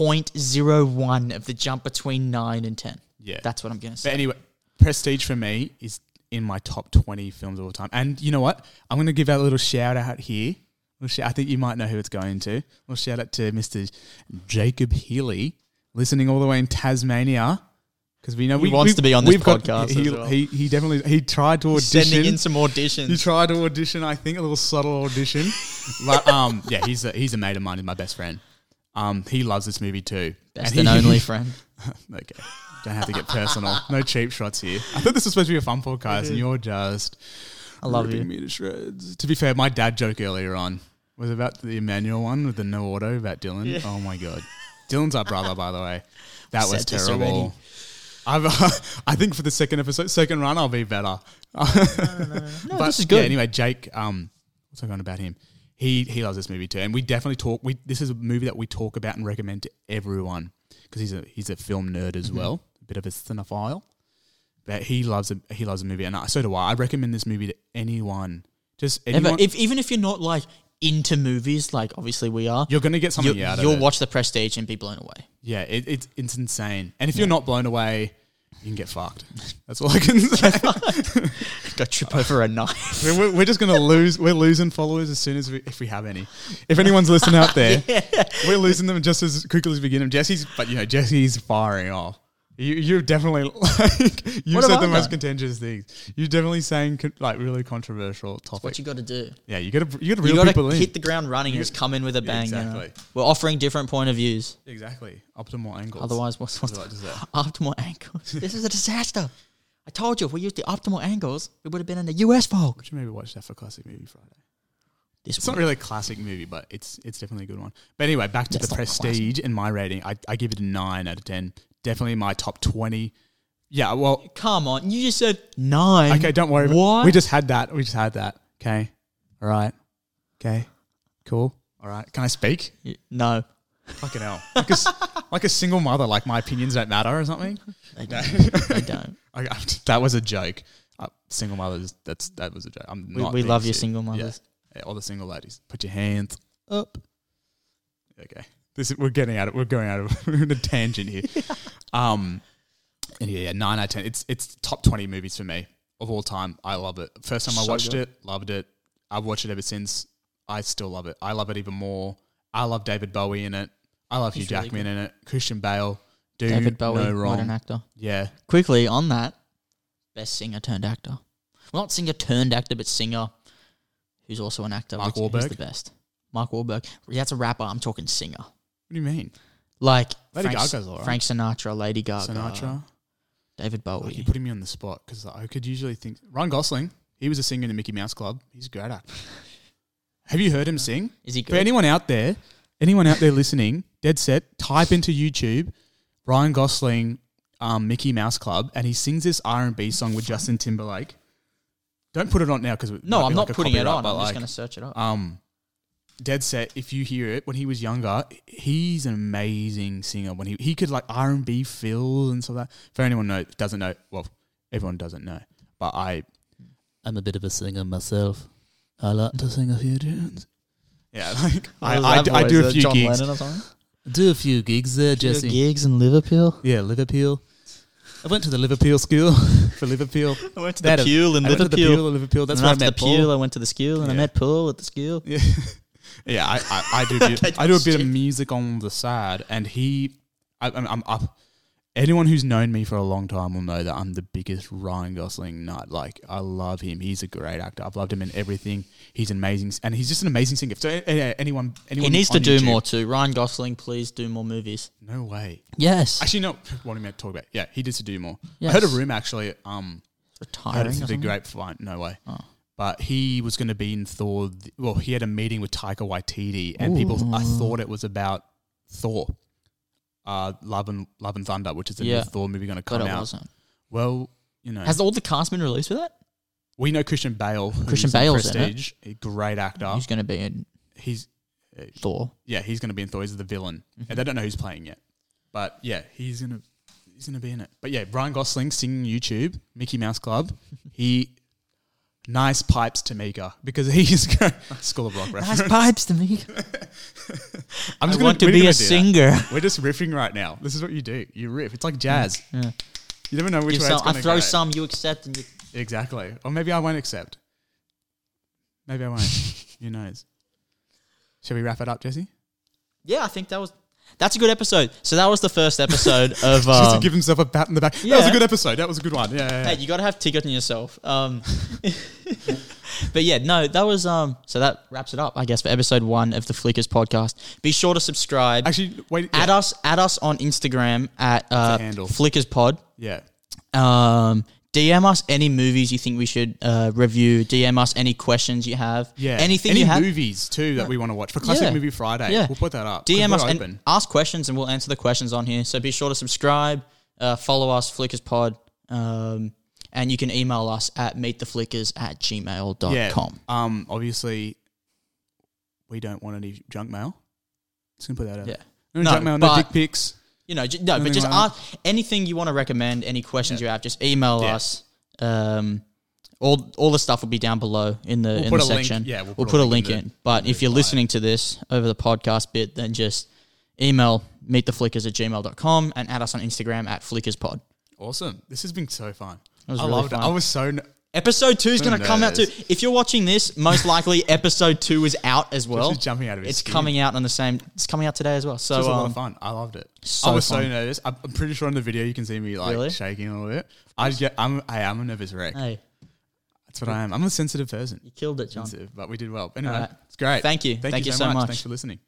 [SPEAKER 2] 0.01 of the jump between nine and ten.
[SPEAKER 1] Yeah.
[SPEAKER 2] that's what I'm gonna say.
[SPEAKER 1] But anyway, Prestige for me is in my top 20 films of all time. And you know what? I'm going to give out a little shout out here. Little shout- I think you might know who it's going to. Little shout out to Mr. Jacob Healy, listening all the way in Tasmania. Because we know
[SPEAKER 3] He
[SPEAKER 1] we,
[SPEAKER 3] wants
[SPEAKER 1] we-
[SPEAKER 3] to be on this
[SPEAKER 1] we've got-
[SPEAKER 3] podcast
[SPEAKER 1] He,
[SPEAKER 3] as well.
[SPEAKER 1] he, he definitely he tried to audition.
[SPEAKER 2] Sending in some
[SPEAKER 1] He
[SPEAKER 2] auditions.
[SPEAKER 1] tried to audition, I think, a little subtle audition. but um, yeah, he's a, he's a mate of mine. He's my best friend. Um, he loves this movie too.
[SPEAKER 3] Best
[SPEAKER 1] And
[SPEAKER 3] and
[SPEAKER 1] he-
[SPEAKER 3] only friend.
[SPEAKER 1] Okay. Don't have to get personal. No cheap shots here. I thought this was supposed to be a fun podcast, and you're just
[SPEAKER 3] I love
[SPEAKER 1] ripping
[SPEAKER 3] you.
[SPEAKER 1] me to shreds. To be fair, my dad joke earlier on was about the Emmanuel one with the no auto about Dylan. Oh my god, Dylan's our brother, by the way. That was
[SPEAKER 2] Said this already.
[SPEAKER 1] terrible. I've, I think for the second episode, second run, I'll be better.
[SPEAKER 2] Oh,
[SPEAKER 3] No,
[SPEAKER 1] But
[SPEAKER 3] this is good.
[SPEAKER 1] Yeah, anyway, Jake, um, what's I going about him? He he loves this movie too, and we definitely talk. We this is a movie that we talk about and recommend to everyone because he's a he's a film nerd as well, a bit of a cinephile. But he loves a he loves a movie, and I, so do I. I recommend this movie to anyone. Just
[SPEAKER 2] Ever-
[SPEAKER 1] anyone,
[SPEAKER 2] if even if you're not like into movies, like obviously we are,
[SPEAKER 1] you're going to get something
[SPEAKER 2] you,
[SPEAKER 1] out of
[SPEAKER 2] will
[SPEAKER 1] it.
[SPEAKER 2] watch the prestige and be blown away.
[SPEAKER 1] yeah, it, it's it's insane. And if you're not blown away, you can get fucked. That's all I can say.
[SPEAKER 2] Go
[SPEAKER 1] Oh.
[SPEAKER 2] trip over a knife.
[SPEAKER 1] We're- We're, we're just gonna lose. We're losing followers as soon as we, if we have any. If anyone's listening out there, we're losing them just as quickly as we get them. Jesse's, but you know, Jesse's firing off. You, you're definitely like you
[SPEAKER 2] What have
[SPEAKER 1] said
[SPEAKER 2] I
[SPEAKER 1] the most
[SPEAKER 2] done?
[SPEAKER 1] contentious things. You're definitely saying con- like really controversial
[SPEAKER 2] what
[SPEAKER 1] topics.
[SPEAKER 2] you got to do?
[SPEAKER 1] yeah, you gotta you gotta
[SPEAKER 2] You
[SPEAKER 1] reel
[SPEAKER 2] got to
[SPEAKER 1] people in.
[SPEAKER 2] hit the ground running and just come in with a bang. you know.
[SPEAKER 1] exactly.
[SPEAKER 2] We're offering different point of views.
[SPEAKER 1] exactly optimal angles.
[SPEAKER 2] Otherwise, what's, what's
[SPEAKER 1] Like just that.
[SPEAKER 2] optimal angles? this is a disaster. I told you, if we used the optimal angles, we would have been in the US
[SPEAKER 1] We
[SPEAKER 2] folk.
[SPEAKER 1] should maybe watch that for classic movie Friday.
[SPEAKER 2] This
[SPEAKER 1] It's not
[SPEAKER 2] one.
[SPEAKER 1] really a classic movie, but it's it's definitely a good one. But anyway, back to
[SPEAKER 2] That's
[SPEAKER 1] the
[SPEAKER 2] not
[SPEAKER 1] prestige and my rating. I, I give it a nine out of ten. Definitely my top twenty. Yeah, well
[SPEAKER 2] Come on, you just said nine.
[SPEAKER 1] okay, don't worry.
[SPEAKER 2] What?
[SPEAKER 1] We just had that. We just had that. Okay. All right. Okay. Cool. All right. Can I speak?
[SPEAKER 2] Y- No.
[SPEAKER 1] Fucking hell. Like a, s- like a single mother, like my opinions don't matter or something.
[SPEAKER 2] They don't. they don't.
[SPEAKER 1] I, I- that was a joke. Uh, single mothers, that's that was a joke. I'm
[SPEAKER 2] We,
[SPEAKER 1] not
[SPEAKER 2] we
[SPEAKER 1] being
[SPEAKER 2] love your
[SPEAKER 1] serious.
[SPEAKER 2] single
[SPEAKER 1] Yeah.
[SPEAKER 2] mothers.
[SPEAKER 1] Yeah, all the single ladies. Put your hands up. Okay. This is, we're getting out of we're going out of we're in a tangent here. Um, and yeah, yeah, nine out of ten. It's it's top twenty movies for me of all time. I love it. First time I
[SPEAKER 2] So
[SPEAKER 1] watched
[SPEAKER 2] good.
[SPEAKER 1] it, loved it. I've watched it ever since. I still love it. I love it even more. I love David Bowie in it. I love
[SPEAKER 2] He's
[SPEAKER 1] Hugh
[SPEAKER 2] really
[SPEAKER 1] Jackman in it. Christian Bale. Do
[SPEAKER 2] David Bowie,
[SPEAKER 1] no wrong.
[SPEAKER 2] modern actor.
[SPEAKER 1] Yeah,
[SPEAKER 2] Quickly on that,
[SPEAKER 4] Best singer turned actor. Well, not singer turned actor, but singer who's also an actor.
[SPEAKER 1] Mark
[SPEAKER 4] which is
[SPEAKER 1] Wahlberg?
[SPEAKER 4] the best. Mark Wahlberg. Yeah, it's a rapper. I'm talking singer.
[SPEAKER 1] What do you mean?
[SPEAKER 4] Like
[SPEAKER 1] Lady
[SPEAKER 4] Frank,
[SPEAKER 1] Gaga's all right.
[SPEAKER 4] Frank Sinatra, Lady Gaga,
[SPEAKER 1] Sinatra.
[SPEAKER 4] David
[SPEAKER 2] Oh,
[SPEAKER 1] Like,
[SPEAKER 4] Bowie.
[SPEAKER 1] you're putting me on the spot because I could usually think Ryan Gosling. He was a singer in the Mickey Mouse Club. He's a great actor. Have you heard him sing?
[SPEAKER 4] Is he
[SPEAKER 1] For
[SPEAKER 4] good?
[SPEAKER 1] anyone out there, anyone out there listening, dead set, type into YouTube Ryan Gosling, um, Mickey Mouse Club, and he sings this R and B song with Justin Timberlake. Don't put it on now because
[SPEAKER 2] No, I'm not putting it on.
[SPEAKER 1] But
[SPEAKER 2] I'm just
[SPEAKER 1] like,
[SPEAKER 2] going to search it up.
[SPEAKER 1] um, dead set. If you hear it when he was younger, he's an amazing singer. When he he could like R and B feel and so that. For anyone know doesn't know, well, everyone doesn't know, but I
[SPEAKER 5] I'm a bit of a singer myself. I like to sing a few tunes.
[SPEAKER 1] yeah like I, I, do- I do a few
[SPEAKER 2] John
[SPEAKER 1] gigs.
[SPEAKER 2] Lennon or something?
[SPEAKER 5] Do a few gigs there, Jesse.
[SPEAKER 2] gigs in Liverpool.
[SPEAKER 5] Yeah, Liverpool. I went to the Liverpool school for Liverpool.
[SPEAKER 2] I went to
[SPEAKER 5] That
[SPEAKER 2] the
[SPEAKER 5] is-
[SPEAKER 2] Peel in
[SPEAKER 1] I went to the
[SPEAKER 2] Liverpool.
[SPEAKER 1] Peel of Liverpool. That's
[SPEAKER 2] and
[SPEAKER 1] where I
[SPEAKER 2] after
[SPEAKER 1] met
[SPEAKER 2] the Peel,
[SPEAKER 1] Paul.
[SPEAKER 2] I went to the Skill, and I
[SPEAKER 1] Yeah.
[SPEAKER 2] met Paul at the Skill.
[SPEAKER 1] Yeah, yeah. I, I, I do. A bit, I do a bit of music on the side, and he, I, I'm, I'm up. Anyone who's known me for a long time will know that I'm the biggest Ryan Gosling nut. Like I love him. He's a great actor. I've loved him in everything. He's amazing, and he's just an amazing singer. So a- a- anyone,
[SPEAKER 2] He
[SPEAKER 1] anyone
[SPEAKER 2] needs to
[SPEAKER 1] on
[SPEAKER 2] do
[SPEAKER 1] YouTube-
[SPEAKER 2] more too. Ryan Gosling, please do more movies.
[SPEAKER 1] No way.
[SPEAKER 2] Yes,
[SPEAKER 1] Actually, no. What am I meant to talk about? Yeah, he needs to do more.
[SPEAKER 2] Yes.
[SPEAKER 1] I heard a room actually. Um,
[SPEAKER 2] retiring.
[SPEAKER 1] Heard
[SPEAKER 2] or
[SPEAKER 1] it through the
[SPEAKER 2] something.
[SPEAKER 1] grapevine. No way.
[SPEAKER 2] Oh.
[SPEAKER 1] But he was going to be in Thor. th- Well, he had a meeting with Taika Waititi, and people I thought it was about Thor, uh, Love and Love and Thunder, which is the
[SPEAKER 2] Yeah.
[SPEAKER 1] new Thor movie going to
[SPEAKER 2] but
[SPEAKER 1] come
[SPEAKER 2] it
[SPEAKER 1] out.
[SPEAKER 2] wasn't.
[SPEAKER 1] Well, you know,
[SPEAKER 2] Has all the cast been released for that?
[SPEAKER 1] we know Christian Bale. who's
[SPEAKER 2] Christian
[SPEAKER 1] in
[SPEAKER 2] Bale's in it.
[SPEAKER 1] Prestige, a great actor.
[SPEAKER 2] Who's going to be in
[SPEAKER 1] He's
[SPEAKER 2] Thor?
[SPEAKER 1] yeah, he's going to be in Thor. He's the villain,
[SPEAKER 2] Mm-hmm.
[SPEAKER 1] and they don't know who's playing yet. But yeah, he's gonna he's gonna be in it. But yeah, Ryan Gosling singing YouTube, Mickey Mouse Club. He nice pipes Tamika because he's go- School of Rock reference.
[SPEAKER 2] pipes to me.
[SPEAKER 1] I'm
[SPEAKER 2] I
[SPEAKER 1] just
[SPEAKER 2] want to
[SPEAKER 1] we're
[SPEAKER 2] be a
[SPEAKER 1] do that.
[SPEAKER 2] singer.
[SPEAKER 1] We're just riffing right now. This is what you do. You riff. It's like jazz.
[SPEAKER 2] Yeah.
[SPEAKER 1] You never know which
[SPEAKER 2] Give
[SPEAKER 1] way
[SPEAKER 2] some,
[SPEAKER 1] it's gonna
[SPEAKER 2] Mm. I throw
[SPEAKER 1] go.
[SPEAKER 2] some, you accept, and you
[SPEAKER 1] Exactly. Or maybe I won't accept. Maybe I won't. Who knows? Shall we wrap it up, Jesse?
[SPEAKER 2] Yeah, I think that was that's a good episode. So that was the first episode
[SPEAKER 1] Just
[SPEAKER 2] of
[SPEAKER 1] to
[SPEAKER 2] um,
[SPEAKER 1] give himself a pat in the back. That was
[SPEAKER 2] yeah.
[SPEAKER 1] a good episode. That was a good one. Yeah. yeah, yeah.
[SPEAKER 2] Hey, you gotta have ticket in yourself. Um But yeah, no, that was um so that wraps it up, I guess, for episode one of the Flickers podcast. Be sure to subscribe.
[SPEAKER 1] Actually, wait.
[SPEAKER 2] Add us add us on Instagram at uh
[SPEAKER 1] handle.
[SPEAKER 2] Flickers Pod.
[SPEAKER 1] Yeah.
[SPEAKER 2] Um DM us any movies you think we should uh, review. DM us any questions you have.
[SPEAKER 1] Yeah.
[SPEAKER 2] Anything
[SPEAKER 1] Any
[SPEAKER 2] you have.
[SPEAKER 1] movies too that we want to watch for Classic
[SPEAKER 2] Yeah.
[SPEAKER 1] Movie Friday.
[SPEAKER 2] Yeah.
[SPEAKER 1] We'll put that up. 'cause
[SPEAKER 2] DM
[SPEAKER 1] we're
[SPEAKER 2] us and
[SPEAKER 1] open.
[SPEAKER 2] ask questions, and we'll answer the questions on here. So be sure to subscribe, uh, follow us, Flickers Pod, um, and you can email us at meettheflickers at gmail.com.
[SPEAKER 1] yeah.
[SPEAKER 2] com.
[SPEAKER 1] Um. Obviously, we don't want any junk mail. Just gonna put that out.
[SPEAKER 2] Yeah.
[SPEAKER 1] No,
[SPEAKER 2] No,
[SPEAKER 1] junk mail. No
[SPEAKER 2] but-
[SPEAKER 1] dick pics.
[SPEAKER 2] You know, j- no, but
[SPEAKER 1] Anything
[SPEAKER 2] just
[SPEAKER 1] like
[SPEAKER 2] ask anything you want to recommend, any questions you have, just email
[SPEAKER 1] Yeah.
[SPEAKER 2] us. Um, all, all the stuff will be down below in the, in
[SPEAKER 1] put
[SPEAKER 2] the
[SPEAKER 1] a link-
[SPEAKER 2] section.
[SPEAKER 1] yeah, we'll
[SPEAKER 2] we'll put a link in.
[SPEAKER 1] the-
[SPEAKER 2] But if you're listening to this over the podcast bit, then just email meettheflickers at gmail.com and add us on Instagram at flickerspod.
[SPEAKER 1] Awesome. This has been so fun.
[SPEAKER 2] was
[SPEAKER 1] I
[SPEAKER 2] really
[SPEAKER 1] loved
[SPEAKER 2] fun.
[SPEAKER 1] it. I was so. n-
[SPEAKER 2] Episode two is
[SPEAKER 1] Who
[SPEAKER 2] going to come out too.
[SPEAKER 1] knows?
[SPEAKER 2] If you're watching this, most likely episode two is out as well.
[SPEAKER 1] Josh is jumping out of his
[SPEAKER 2] It's
[SPEAKER 1] skin.
[SPEAKER 2] coming out on the same. It's coming out today as well.
[SPEAKER 1] It
[SPEAKER 2] So
[SPEAKER 1] was a lot
[SPEAKER 2] um,
[SPEAKER 1] of fun. I loved it.
[SPEAKER 2] so
[SPEAKER 1] I was so
[SPEAKER 2] fun.
[SPEAKER 1] nervous. I'm I'm pretty sure on the video you can see me like
[SPEAKER 2] Really? Uh,
[SPEAKER 1] shaking a little bit. I just get. I'm. I am a nervous wreck.
[SPEAKER 2] hey,
[SPEAKER 1] That's what I am. I'm a sensitive person.
[SPEAKER 2] you killed it, John.
[SPEAKER 1] Sensitive, but we did well. Anyway,
[SPEAKER 2] Alright.
[SPEAKER 1] it's great.
[SPEAKER 2] Thank you. Thank you so much.
[SPEAKER 1] Thanks for listening.